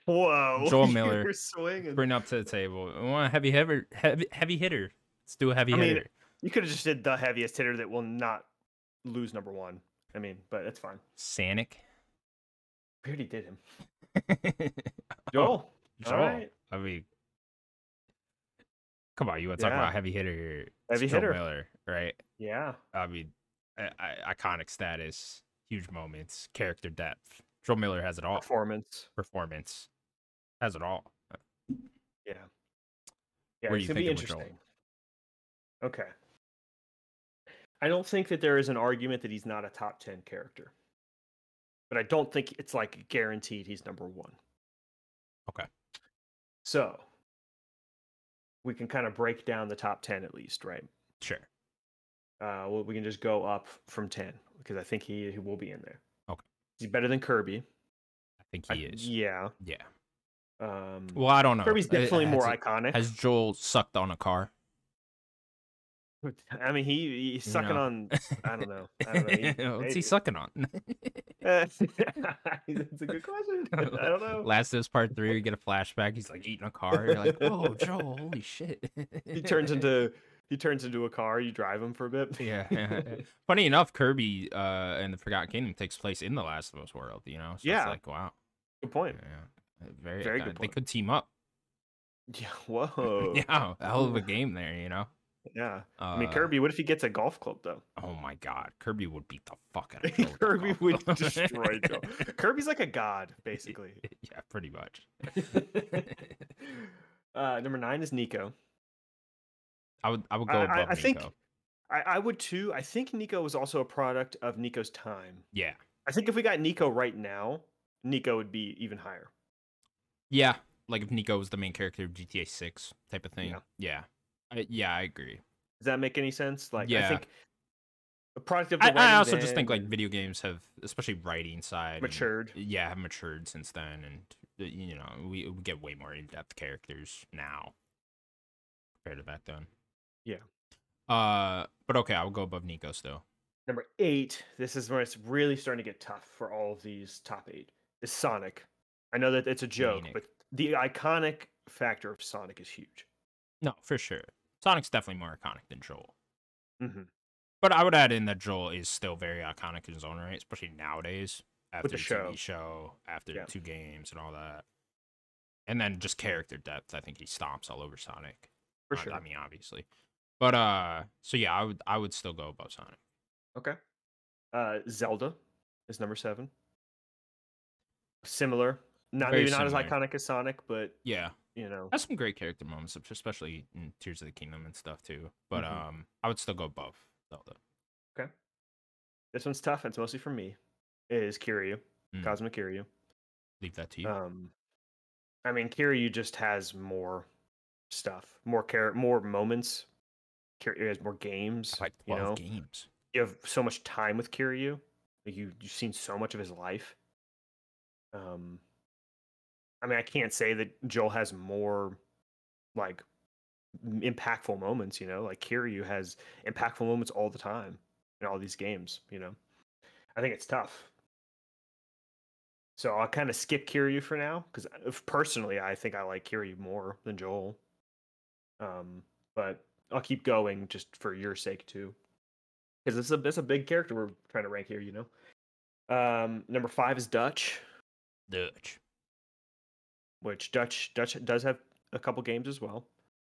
Whoa.
Joel
(laughs) you
Miller.
were swinging.
Bring up to the table. We want a heavy hitter. Heavy, heavy hitter. Let's do a heavy
I mean-
hitter.
You could have just did the heaviest hitter that will not lose number one. I mean, but that's fine.
Sanic. (laughs)
We already did him.
Oh.
Joel.
Joel.
All right.
I mean, come on. You want to talk
Yeah.
about heavy hitter? here. It's
Heavy
Joel
hitter.
Miller, right?
Yeah.
I mean, I, I, iconic status, huge moments, character depth. Joel Miller has it all.
Performance.
performance has it all. Uh,
Yeah. Yeah,
Where
it's
you
gonna be
thinking with Joel?
interesting. Okay. I don't think that there is an argument that he's not a top ten character, but I don't think it's like guaranteed he's number one.
Okay.
So we can kind of break down the top ten at least, right?
Sure.
Uh, well, we can just go up from ten because I think he he will be in there.
Okay.
He's better than Kirby.
I think
I-
he is.
Yeah.
Yeah.
Um,
Well, I don't know.
Kirby's
Uh,
definitely more
has,
iconic.
Has Joel sucked on a car?
(laughs) I mean, he he's
You
sucking
know.
on. I don't know.
(laughs)
I don't know. He-
What's
eh,
he
(laughs)
sucking on? (laughs)
eh, That's a
(laughs)
good question. I don't know.
Last of Us Part Three, we get a flashback. He's like eating a car. You're like, whoa, Joel, holy shit! (laughs)
He turns into he turns into a car. You drive him for a bit. (laughs)
Yeah, yeah, (laughs) yeah. Funny enough, Kirby uh, and the Forgotten Kingdom takes place in the Last of Us world. You know, so
Yeah.
it's like wow,
good
yeah, (laughs)
point.
Uh, very,
Very good
iconic. They
point.
could team up. (laughs)
Yeah. Whoa. Yeah.
Yeah, hell of a
Ooh.
game there. You know, uh,
I mean, Kirby. What if he gets a golf club though? (laughs)
Oh my god, Kirby would beat the fuck out of Joel. with that
Kirby
golf (laughs)
would
club.
destroy Joe.
(laughs)
Kirby's like a god, basically.
yeah, pretty much.
(laughs) uh, number nine is Nico.
I would I would go
I,
above
I, I think
Nico.
I, I would too. I think Nico was also a product of Nico's time.
Yeah.
I think if we got Nico right now, Nico would be even higher.
Yeah. Like if Nico was the main character of GTA six type of thing.
Yeah.
Yeah. I, yeah, I agree.
Does that make any sense? Like, I
Yeah.
think a product of the
I, I
writing
also just
then
think like
and
video games have especially writing side and-
matured.
yeah, have matured since then and uh, you know, we, we get way more in depth characters now compared to back then.
Yeah.
Uh but okay, I will go above Nico still.
Number eight. This is where it's really starting to get tough for all of these top eight. Is Sonic. I know that it's a joke,
Sonic.
but the iconic factor of Sonic is huge.
No, for sure. Sonic's definitely more iconic than Joel.
Mm-hmm.
But I would add in that Joel is still very iconic in his own right, especially nowadays after
the
the
show.
TV show, after
Yeah.
two games and all that. And then just character depth. I think he stomps all over Sonic.
For
Uh,
sure.
I mean, obviously. But uh, so yeah, I would I would still go above Sonic.
Okay. Uh, Zelda is number seven. Similar, not
Very
maybe not as
similar.
iconic as Sonic, but
Yeah,
you know,
has some great character moments, especially in Tears of the Kingdom and stuff too. But
Mhm.
um, I would still go above Zelda.
this one's tough. And it's mostly for me. Is Kiryu,
Mm.
Cosmic Kiryu.
Leave that to you.
Um, I mean, Kiryu just has more stuff, more care, more moments. Kiryu has more games.
like
you
twelve
know,
games.
you have so much time with Kiryu. Like you, you've seen so much of his life. Um, I mean, I can't say that Joel has more like m- impactful moments. You know, like Kiryu has impactful moments all the time in all these games. You know, I think it's tough. So I'll kind of skip Kiryu for now because personally, I think I like Kiryu more than Joel. Um, but I'll keep going just for your sake too, because it's a it's a big character we're trying to rank here. You know. Um, number five is Dutch,
Dutch.
which Dutch Dutch does have a couple games as well.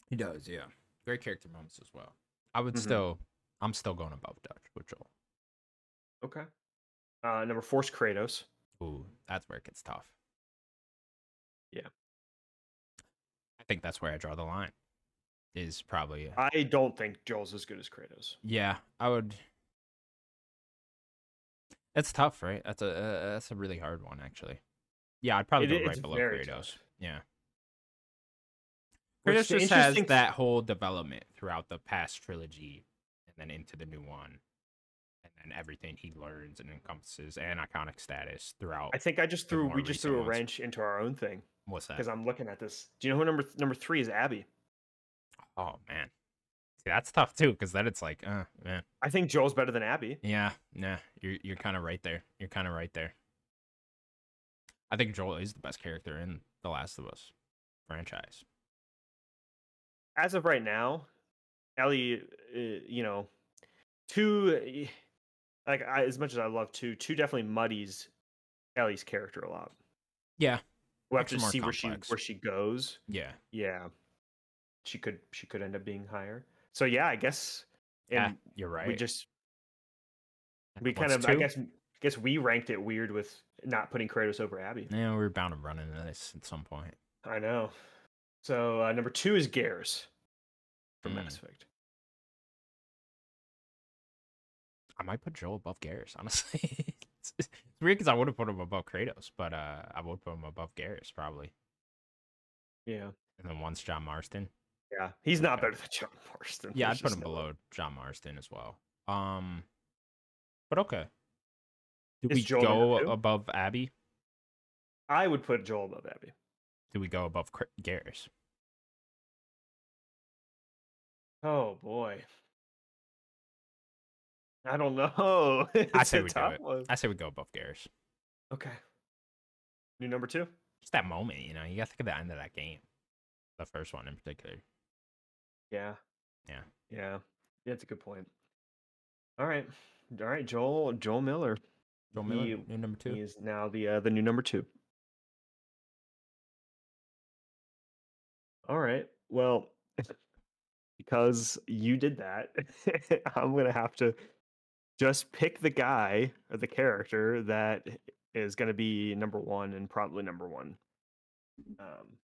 He does, yeah. Great character moments as well. I would
Mhm.
still, I'm still going above Dutch with Joel.
Okay. Uh, number four is Kratos.
Ooh, that's where it gets tough.
Yeah.
I think that's where I draw the line. Is probably uh,
I don't think Joel's as good as Kratos.
yeah. I would. That's tough, right? That's a uh, that's a really hard one, actually. Yeah, I'd probably
It-
go
it's
right below
very
Kratos.
tough.
Yeah.
Which
Kratos
the
just has
interesting-
that whole development throughout the past trilogy, and then into the new one, and then everything he learns and encompasses and iconic status throughout.
I think I just
The
threw
more
we just threw a
recent ones.
wrench into our own thing
What's that?
because I'm looking at this. Do you know who number th- number three is? Abby.
Oh man, See, that's tough too, because then it's like, uh, man,
I think Joel's better than Abby.
yeah, nah, you're you're kind of right there. You're kind of right there. I think Joel is the best character in The Last of Us franchise.
As of right now, Ellie, uh, you know, two eh, like I, as much as I love two, two definitely muddies Ellie's character a lot.
Yeah,
We'll
Makes
have to
her more
see
complex.
where she where she goes.
yeah,
Yeah, she could she could end up being higher. So yeah, I guess.
yeah,
And
Ah, you're right.
we just we kind
What's
of I
two?
guess guess we ranked it weird with not putting Kratos over Abby.
yeah, we were bound to run into this at some point.
I know. So uh, number two is Garrus from
Mm.
Mass Effect.
I might put Joel above Garrus, honestly. (laughs) it's, it's weird because I would have put him above Kratos, but uh, I would put him above Garrus probably.
Yeah,
And then once John Marston.
yeah, he's not
Okay.
better than (laughs) John Marston.
Yeah,
There's
I'd put
just
him
no way.
below John Marston as well. Um, but okay. Do
Is
we
Joel
go
number two?
above Abby?
I would put Joel above Abby.
Do we go above Cr- Garrus?
Oh boy, I don't know. (laughs) It's
say
a
we do
tough
it.
one.
I say we go above Garrus.
Okay, new number two.
Just that moment, you know. You got to think of the end of that game, the first one in particular.
Yeah.
Yeah.
Yeah. Yeah, that's a good point. All right. All right, Joel Joel Miller.
Joel Miller,
You-
new number
He
two.
is now the uh, the new number two. All right. Well, (laughs) because you did that, (laughs) I'm gonna have to just pick the guy or the character that is gonna be number one and probably number one. Um,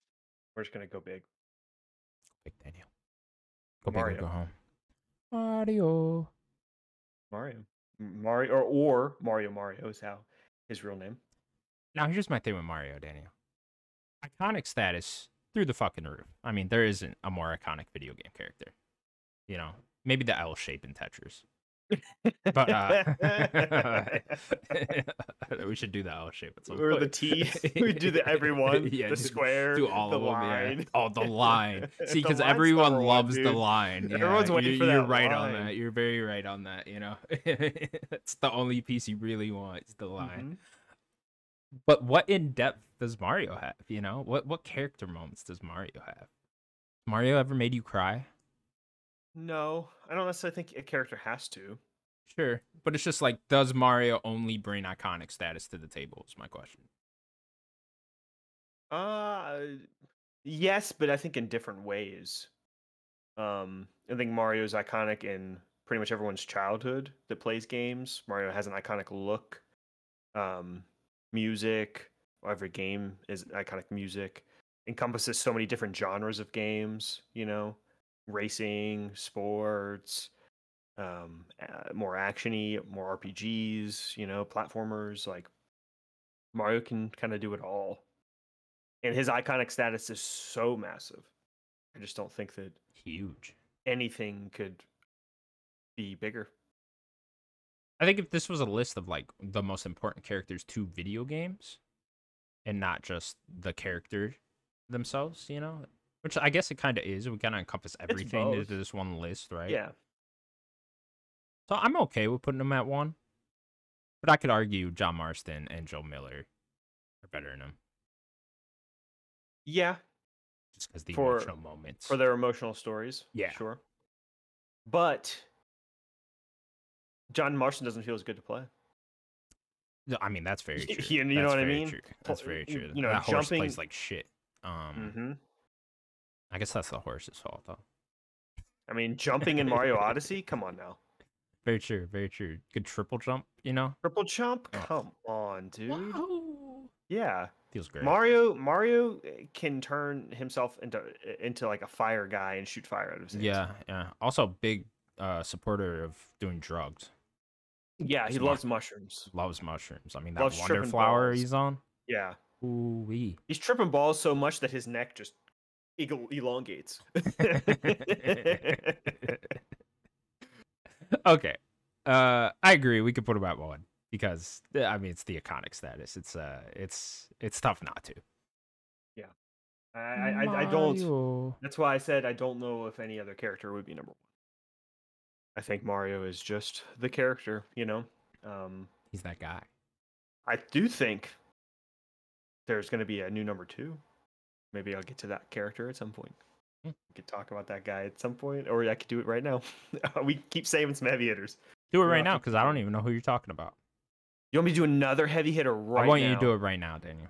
we're just gonna go big.
Big Daniel. Go big or
Mario.
go home. Mario.
Mario, M- Mario, or or Mario Mario is how his real name.
Now here's my thing with Mario, Daniel. Iconic status through the fucking roof. I mean, there isn't a more iconic video game character. You know, maybe the L shape in Tetris. But (laughs)
(laughs)
uh, (laughs) we should do the L shape at some
or the
point.
T.
(laughs)
We do the everyone,
Yeah,
the
do-
square,
do all
the
of
line.
them. Yeah. Oh, the
(laughs)
line. See,
The
because
line's
everyone
number one,
loves the
dude.
line. Yeah,
Everyone's waiting
you,
for
You're
that
right on
line.
that. You're very right on that. You know, (laughs) it's the only piece you really want. is the line.
Mhm.
But what in depth does Mario have? You know, what what character moments does Mario have? Mario ever made you cry?
No, I don't necessarily think a character has to.
Sure, but it's just like, does Mario only bring iconic status to the table? Is my question.
Uh yes, but I think in different ways. Um, I think Mario is iconic in pretty much everyone's childhood that plays games. Mario has an iconic look, um, music. Every game is iconic music. Encompasses so many different genres of games. You know, racing, sports, um, uh, more actiony, more RPGs. You know, platformers. Like Mario can kind of do it all and his iconic status is so massive. I just don't think that
Huge.
anything could be bigger.
I think if this was a list of like the most important characters to video games, and not just the character themselves, you know? Which I guess it kind of is. We kind of encompass everything
both.
into this one list, right?
Yeah.
So I'm okay with putting them at one. But I could argue John Marston and Joe Miller are better than him
Yeah.
just because the
For-
emotional moments.
For their emotional stories.
Yeah.
Sure. But John Marston doesn't feel as good to play.
No, I mean, that's
(laughs)
very
Y-
true.
you know
That's
what I
very
mean?
true.
Pl-
That's very
y-
true.
you know,
that horse
jumping-
plays like shit. Um,
hmm
I guess that's the horse's fault, though.
I mean,
(laughs)
jumping in Mario Odyssey. Come on now.
Very true. Very true. Good triple jump, you know?
Triple jump.
Oh.
Come on, dude.
Wow.
Yeah.
Feels great.
Mario Mario uh, can turn himself into eh, into like a fire guy and shoot fire out of his hands.
yeah, yeah. Also, big uh, supporter of doing drugs.
Yeah, he
Smart.
loves mushrooms.
Loves mushrooms. I mean, that
Loves
wonder
tripping
flower
balls.
he's on.
Yeah.
Ooh wee.
He's tripping balls so much that his neck just eagle- elongates.
(laughs) okay. Uh, I agree. We could put him at one because uh, I mean it's the iconic status. It's uh, it's it's tough not to.
I, I, I- I don't. That's why I said I don't know if any other character would be number one. I think Mario is just the character, you know. Um,
He's that guy.
I do think there's going to be a new number two. Maybe I'll get to that character at some point.
Hmm.
We could talk about that guy at some point, or I could do it right now. (laughs) we keep saving some heavy hitters.
Do it
You'll
right
have
now
to
because I don't
do it.
even know who you're talking about.
You want me to do another heavy hitter right
I want
now?
you to do it right now, Daniel.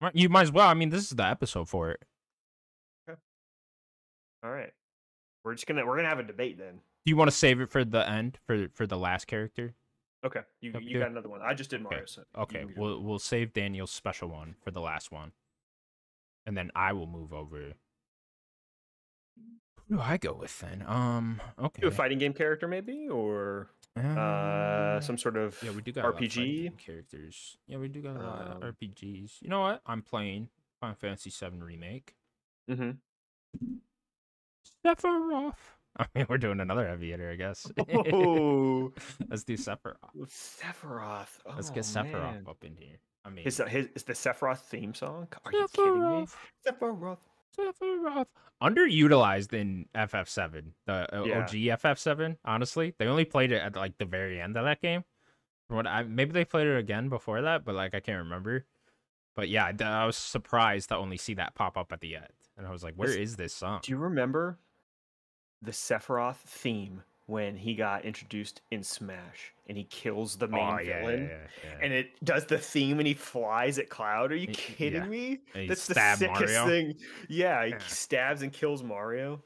Right, You might as well. I mean, this is the episode for it.
All right. We're just gonna we're gonna have a debate then.
Do you want to save it for the end for for the last character?
Okay, you,
Yep,
you
do
got
it.
another one. I just did
Okay,
Mario. So you
Okay,
can do-
we'll we'll save Daniel's special one for the last one, and then I will move over. Who do I go with then? Um, okay.
do a fighting game character maybe, or uh, some sort of
Um, yeah, we do got a lot of fighting
RPG.
game characters. Yeah, we do got a lot of
Um,
RPGs. You know what? I'm playing Final Fantasy VII remake.
hmm
Sephiroth. (laughs) I mean, we're doing another heavy hitter, I guess.
(laughs)
(laughs)
Oh,
Let's do Sephiroth.
Sephiroth. Oh,
Let's get Sephiroth
man.
up in here. I mean,
His, his is the Sephiroth theme song? Are you kidding me?
Sephiroth. Sephiroth.
Sephiroth.
Underutilized in FF7, the uh,
Yeah.
OG FF7, honestly. They only played it at like the very end of that game. From what I maybe they played it again before that, but like I can't remember. But yeah, I- I was surprised to only see that pop up at the end. And I was like, where
This-
is this song?
Do you remember the Sephiroth theme when he got introduced in Smash and he kills the main
oh, yeah, yeah,
villain?
yeah, yeah.
and it does the theme and he flies at Cloud. Are you
Y-
kidding
yeah.
me?
And he
That's the
stabbed
sickest
Mario.
thing. Yeah, he
Yeah.
stabs and kills Mario.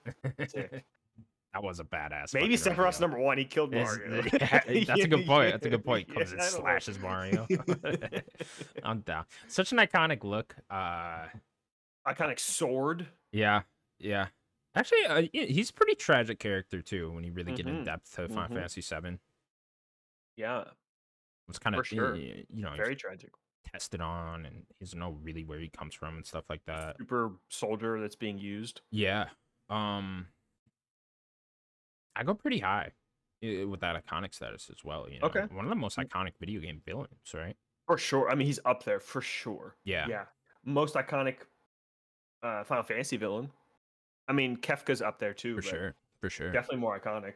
sick.
(laughs) that was a badass.
Maybe
fucking
Sephiroth's
reveal.
number one. He killed
Is-
Mario. (laughs)
yeah, (laughs) that's a good point. That's a good point.
Yeah,
Comes and
I don't know.
slashes Mario. (laughs) I'm down. Such an iconic look. Uh,
(laughs) Iconic sword.
yeah, yeah. Actually, uh, he- he's a pretty tragic character too. When you really get in
Mhm,
depth to Final
mhm.
Fantasy VII,
Yeah,
it's kind
For
of
sure.
you know he's
very tragic.
tested on, and he doesn't know really where he comes from and stuff like that.
Super soldier that's being used.
Yeah. Um I go pretty high i- with that iconic status as well, you know.
Okay.
One of the most
Mm.
iconic video game villains, right?
For sure. I mean, he's up there for sure.
Yeah.
Yeah. Most iconic uh, Final Fantasy villain. I mean, Kefka's up there too.
for
but-
sure. For sure.
definitely more iconic.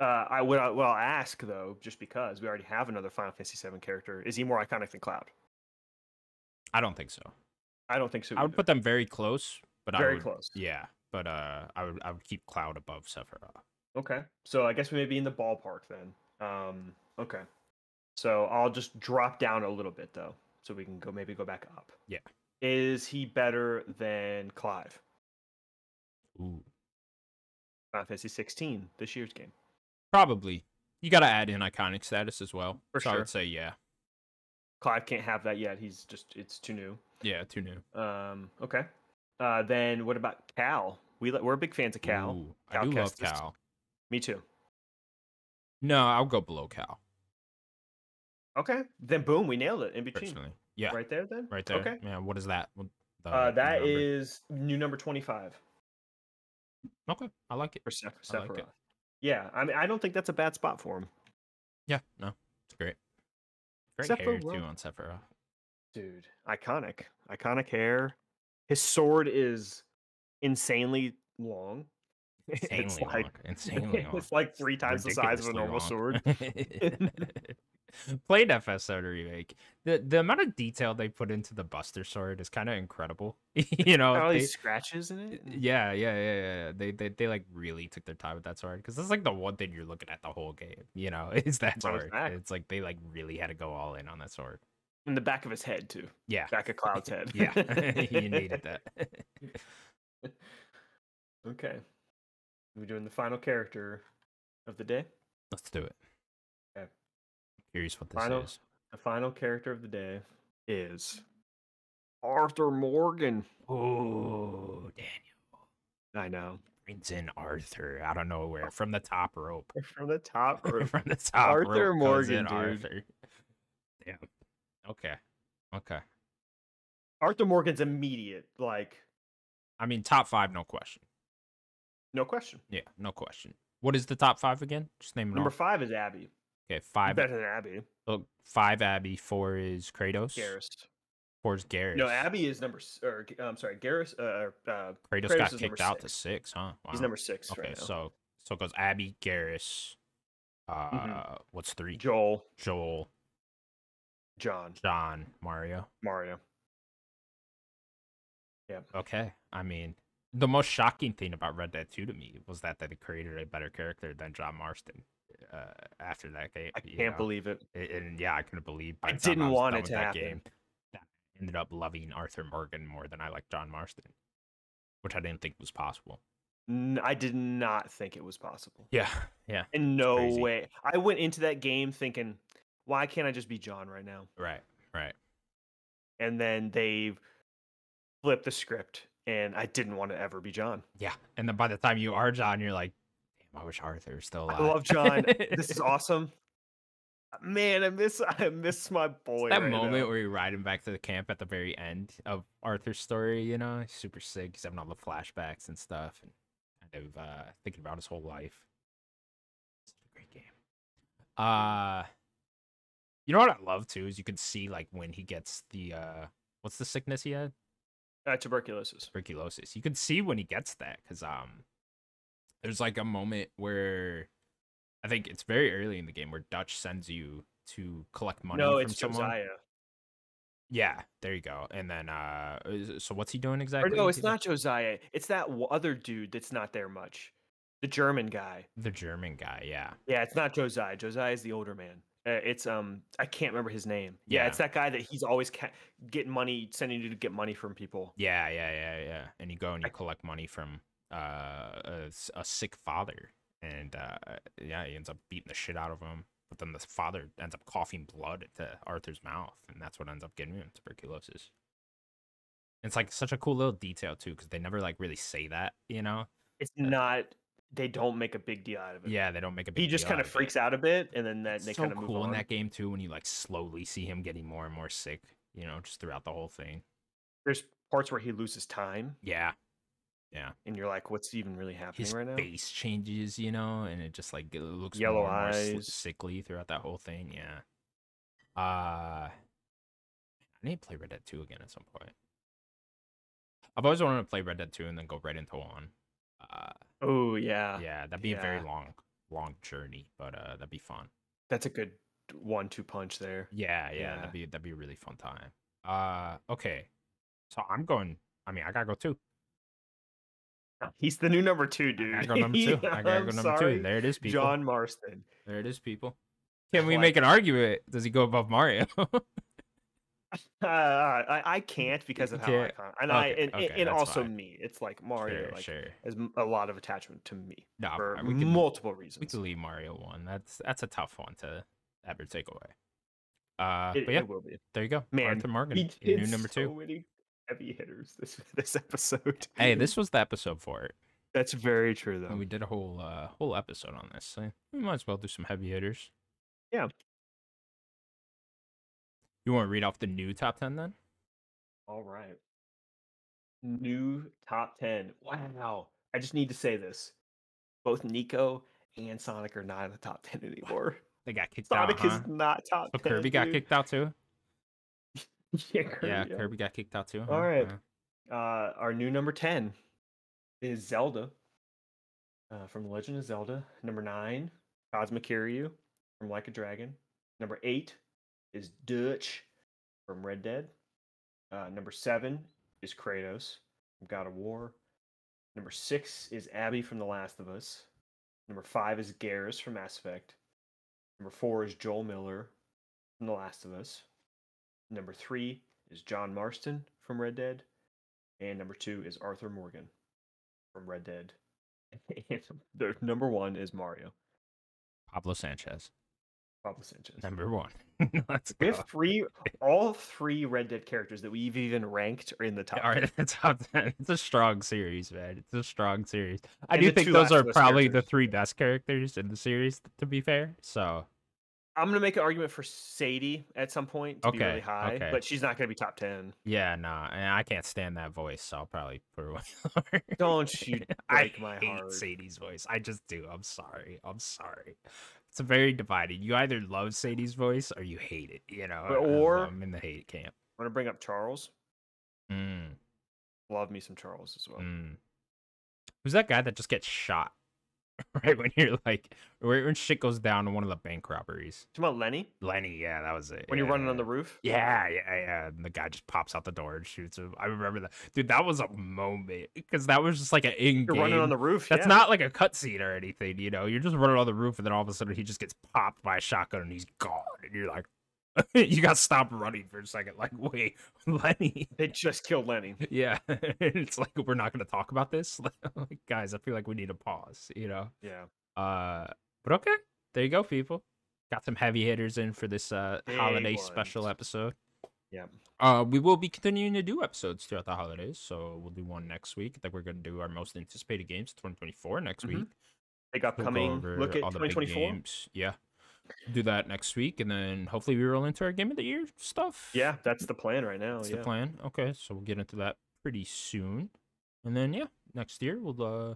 Uh, I would I, well I'll ask though, just because we already have another Final Fantasy VII character, is he more iconic than Cloud?
I don't think so.
I don't think so.
I would
either.
put them very close, but I
very
would,
close.
Yeah. But uh I would I would keep Cloud above Sephiroth.
Okay, so I guess we may be in the ballpark then. Um, okay, so I'll just drop down a little bit though, so we can go maybe go back up.
Yeah.
is he better than Clive?
Ooh.
Final Fantasy 16, this year's game.
Probably. You gotta add in iconic status as well.
For
so I
sure.
would say yeah.
Clive can't have that yet. He's just it's too new.
Yeah, too new.
Um, okay. Uh, then what about Cal? We li- we're big fans of Cal.
Ooh, I
Cal
do love
Kestis.
Cal.
Me too.
No, I'll go below Cal,
Okay. Then boom, we nailed it in between.
personally. Yeah. Right,
Right there then?
there.
Okay.
Yeah, what is that? What- the
Uh, that
number?
is new number 25
Okay. I like it.
for Seph-
I like
Sephiroth.
it.
yeah, I mean, I don't think that's a bad spot for him.
Yeah, no, it's great. Great hair too
Sephiroth. (laughs)
on Sephiroth.
dude, iconic, iconic hair. His sword is insanely long. (laughs)
Insanely long.
like (laughs)
insanely long.
it's like three times the size of a
ridiculously
normal
long. (laughs)
sword.
Played FSO to remake. The the amount of detail they put into the Buster sword is kind of incredible. (laughs) you know,
Got all
Oh, they-
these scratches in it. and-
yeah, yeah, yeah, yeah. yeah. They, they they like really took their time with that sword because that's like the one thing you're looking at the whole game. You know, (laughs) it's that
Right,
sword.
exact-
It's like they like really had to go all in on that sword.
in the back of his head too.
Yeah,
Back
(laughs)
of Cloud's head.
yeah.
(laughs)
you needed that. (laughs)
Okay. We're doing the final character of the day.
Let's do it.
Okay.
Curious what this
Final-
is.
The final character of the day is Arthur Morgan.
Oh, Daniel
I know.
brings in Arthur out of nowhere from the top rope. (laughs)
From the top rope.
from the top
Arthur
rope comes in
Morgan, dude.
Arthur. Damn. Okay. Okay.
Arthur Morgan's immediate, like,
I mean, top five, no question.
no question.
Yeah, no question. What is the top five again? Just name it
Number
off.
five is Abby.
Okay, five.
Better than Abby.
Oh, five Abby. Four is Kratos.
Garrus.
Four is Garrus.
No, Abby is number, s- or G- I'm sorry, Garrus, uh, uh,
Kratos,
Kratos
got
is number
kicked out to
six.
six, huh? Wow.
he's number six
Okay,
right now.
so so it goes Abby, Garrus. Uh,
Mm-hmm.
what's three?
Joel,
Joel,
John,
John, Mario.
Mario.
Okay. I mean, the most shocking thing about Red Dead 2 to me was that they created a better character than John Marston uh, after that game.
I
you
can't
know?
believe it.
A- And yeah, I couldn't believe by
I
the time
didn't
was
want
done
it
with
to
that
happen.
game that I ended up loving Arthur Morgan more than I like John Marston, which I didn't think was possible.
N- I did not think it was possible.
Yeah. Yeah.
And no
crazy.
way. I went into that game thinking, why can't I just be John right now?
Right. Right.
And then they flipped the script, and I didn't want to ever be John.
Yeah. And then by the time you are John, you're like, damn, I wish Arthur was still alive.
I
(laughs)
love John. this is awesome. Uh, Man, I miss (laughs) I miss my
It's
boy.
that
right
moment
now.
where you ride him back to the camp at the very end of Arthur's story, you know, he's super sick. He's having all the flashbacks and stuff, and kind of uh, thinking about his whole life. It's a great game. Uh, you know what I love too is you can see like when he gets the uh, what's the sickness he had?
uh, tuberculosis.
tuberculosis. You can see when he gets that because um, there's like a moment where I think it's very early in the game where Dutch sends you to collect money
no,
from
it's
someone.
Josiah.
Yeah, there you go. And then uh is- so what's he doing
Or
exactly?
no, it's
He's, like,
not Josiah. It's that w- other dude that's not there much. The German guy.
the German guy, yeah.
Yeah, it's not Josiah. Josiah is the older man. Uh, it's um, I can't remember his name. Yeah, it's that guy that he's always ca- getting money, sending you to get money from people.
Yeah, yeah, yeah, yeah. And you go and you
I-
collect money from uh a, s- a sick father and uh yeah, he ends up beating the shit out of him. But then the father ends up coughing blood into Arthur's mouth, and that's what ends up getting him tuberculosis. It's like such a cool little detail too, because they never like really say that, you know?
It's
Uh,
not. They don't make a big deal out of it.
Yeah, they don't make a big
he just
deal
kind
out
of
it.
freaks out a bit, and then that
It's
they
so
kind of move
cool
on.
in that game too when you like slowly see him getting more and more sick you know just throughout the whole thing
There's parts where he loses time,
yeah
and you're like, "What's even really happening
his
right now?"
face changes you know and it just like it looks
Yellow
more and more sli-
eyes.
sickly throughout that whole thing yeah uh i need to play red dead 2 again at some point i've always wanted to play red dead 2 and then go right into one uh
Oh yeah.
yeah that'd be a very
yeah.
long long journey but uh that'd be fun
that's a good one-two punch there.
Yeah, yeah,
Yeah.
that'd be that'd be a really fun time. Uh, okay, so I'm going. I mean, I gotta go too.
He's the new number two,
I
dude.
gotta go number
(laughs)
two. I gotta
I'm
go number
sorry,
two. There it is, people.
John Marston. (laughs)
There it is, people. Can we
Like-
make an argument? Does he go above Mario? (laughs)
Uh, I, I can't because of how
Yeah.
I can't. And, I,
Okay,
and,
okay,
and
that's
also
fine.
me. It's like Mario
sure,
like,
sure.
has m- a lot of attachment to me
No,
for
we can
multiple
we
reasons.
can leave Mario one. That's that's a tough one to ever take away. Uh,
it,
but yeah,
it will be.
there you go.
Man,
Arthur Morgan,
He
your
did
new number
so
two.
many heavy hitters this (laughs) this episode.
Hey, this was the episode for it.
that's very true though.
And we did a whole uh, whole episode on this. So we might as well do some heavy hitters.
Yeah.
You want to read off the new top ten then?
All right. New top 10. Wow. I just need to say this. Both Nico and Sonic are not in the top 10 anymore. (laughs)
They got kicked
Sonic
out. Huh?
is not top
Uh-huh. So
10.
Kirby got
dude.
kicked out too.
(laughs) yeah, Kirby,
yeah,
yeah.
Kirby got kicked out too. huh?
All right.
Yeah.
Uh, our new number 10 is Zelda uh, from The Legend of Zelda. Number 9, Cosmic Kiryu from Like a Dragon. Number 8 is Dutch from Red Dead. Uh, number 7 is Kratos from God of War. Number 6 is Abby from The Last of Us. Number 5 is Garrus from Mass Effect. Number 4 is Joel Miller from The Last of Us. Number 3 is John Marston from Red Dead. And number two is Arthur Morgan from Red Dead. (laughs) And their number one is Mario
Pablo Sanchez,
Pablo Sanchez.
number one. (laughs) Let's
We
go.
have three, all three Red Dead characters that we've even ranked are in the
(laughs)
top.
All right, it's top ten. It's a strong series, man. It's a strong series. I
And
do
the
think
two
those
Last
are
of Us
probably the
characters.
three best characters in the series. To be fair, so
I'm gonna make an argument for Sadie at some point to be really
Okay,
high,
okay.
but she's not gonna be top
(laughs)
ten.
yeah, nah. And I can't stand that voice, so I'll probably put her (laughs) one. lower.
Don't you
I
break my
hate
heart.
Sadie's voice. I just do. I'm sorry. I'm sorry. It's very divided. You either love Sadie's voice or you hate it. You know,
But-
I- I'm-
or-
I'm in the hate camp.
I'm gonna bring up Charles.
Mm,
Love me some Charles as well.
mm. Who's that guy that just gets shot? (laughs) Right when you're like, right when shit goes down in one of the bank robberies.
Talking about Lenny
Lenny, yeah, that was it.
when you're running on the roof.
Yeah, yeah, yeah. And the guy just pops out the door and shoots him. I remember that, dude. That was a moment because that was just like an in
You're running on the roof.
That's
yeah.
not like a cutscene or anything, you know. You're just running on the roof, and then all of a sudden he just gets popped by a shotgun, and he's gone. And you're like, (laughs) you got to stop running for a second. Like, wait, (laughs) Lenny.
They just killed
(laughs)
Lenny.
Yeah, it's like we're not going to talk about this, (laughs) like, guys. I feel like we need a pause, you know.
Yeah.
Uh, but okay, there you go, people. Got some heavy hitters in for this uh
Big
holiday special
ones.
episode.
Yep.
Uh, we will be continuing to do episodes throughout the holidays, so we'll do one next week. I think we're gonna do our most anticipated games 2024 next
Mhm.
week.
Big upcoming.
We'll go
Look
over
at
all the big
2024.
games. Yeah. Do that next week, and then hopefully we roll into our game of the year stuff.
Yeah, that's the plan right now.
That's
yeah.
the plan. Okay, so we'll get into that pretty soon, and then yeah, next year we'll uh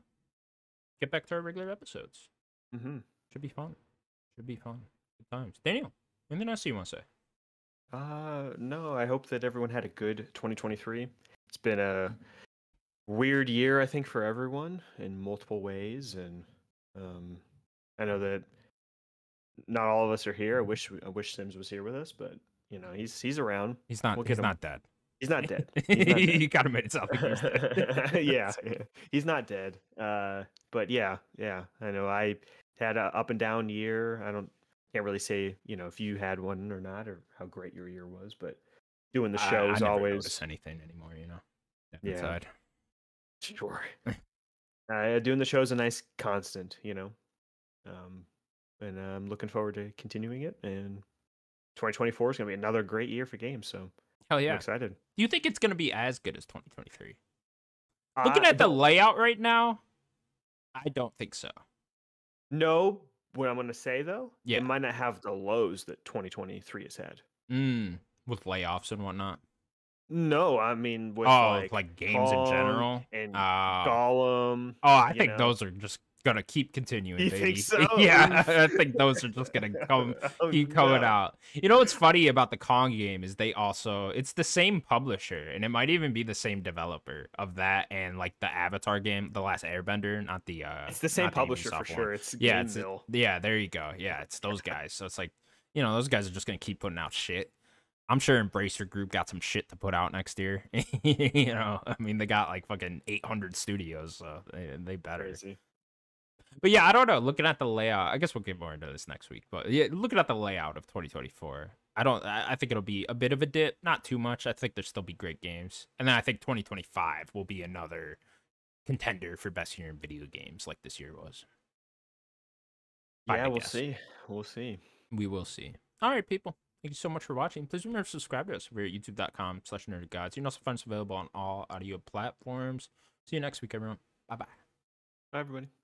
get back to our regular episodes.
Mm-hmm.
Should be fun. Should be fun. Good times. Daniel, anything else you want to say?
Uh, no, I hope that everyone had a good 2023. It's been a weird year, I think, for everyone in multiple ways, and um, I know that not all of us are here. I wish I wish Sims was here with us, but you know he's he's around.
He's not.
We'll get
he's
him.
not dead.
He's
(laughs)
not dead. He's not dead.
you gotta make it sound like (laughs)
(laughs)
he's dead. (laughs)
yeah, yeah. he's not dead. Uh, but yeah, yeah, I know. I had a up and down year. I don't can't really say you know if you had one or not or how great your year was, but doing the
I-
show
I,
is
never
always
notice anything anymore. You know. Dead
Yeah.
Inside.
sure.
(laughs)
(laughs) uh, doing the show is a nice constant, you know. Um, and I'm looking forward to continuing it. And 2024 is going to be another great year for games, so
Hell
I'm
yeah.
excited.
Do you think it's gonna be as good as 2023? Looking
I
at the
don't
layout right now, I don't think so.
know what I'm going to say though.
Yeah.
it might not have the lows that 2023 has had.
Mm, with layoffs and whatnot.
No, I mean with
oh,
like,
like, games in
Kong
general.
and
Oh.
Gollum.
Oh, I
you
think
know.
those are just gonna keep continuing.
You
baby.
think so?
(laughs)
(laughs)
yeah, I think those are just gonna come
Oh,
keep coming
no.
out. You know what's funny about the Kong game is they also it's the same publisher and it might even be the same developer of that and like the Avatar game, the last Airbender, not the uh
It's the same
not
publisher
Ubisoft
for
one.
sure. It's
Yeah,
Game
it's-
Mill.
Yeah, there you go. Yeah, it's those guys. So it's like, you know, those guys are just gonna keep putting out shit. I'm sure Embracer Group got some shit to put out next year. (laughs) you know, I mean, they got like fucking 800 studios, so they, they better.
Crazy.
But yeah, I don't know. Looking at the layout, I guess we'll get more into this next week. But yeah, looking at the layout of 2024, I don't. I I think it'll be a bit of a dip, not too much. I think there'll still be great games, and then I think 2025 will be another contender for best year in video games, like this year was. I
Yeah, we'll
guess.
see. We'll see.
We will see. All right, people. Thank you so much for watching. Please remember to subscribe to us over at youtube.com slash nerdguides. You can also find us available on all audio platforms. See you next week, everyone. Bye-bye.
Bye, everybody.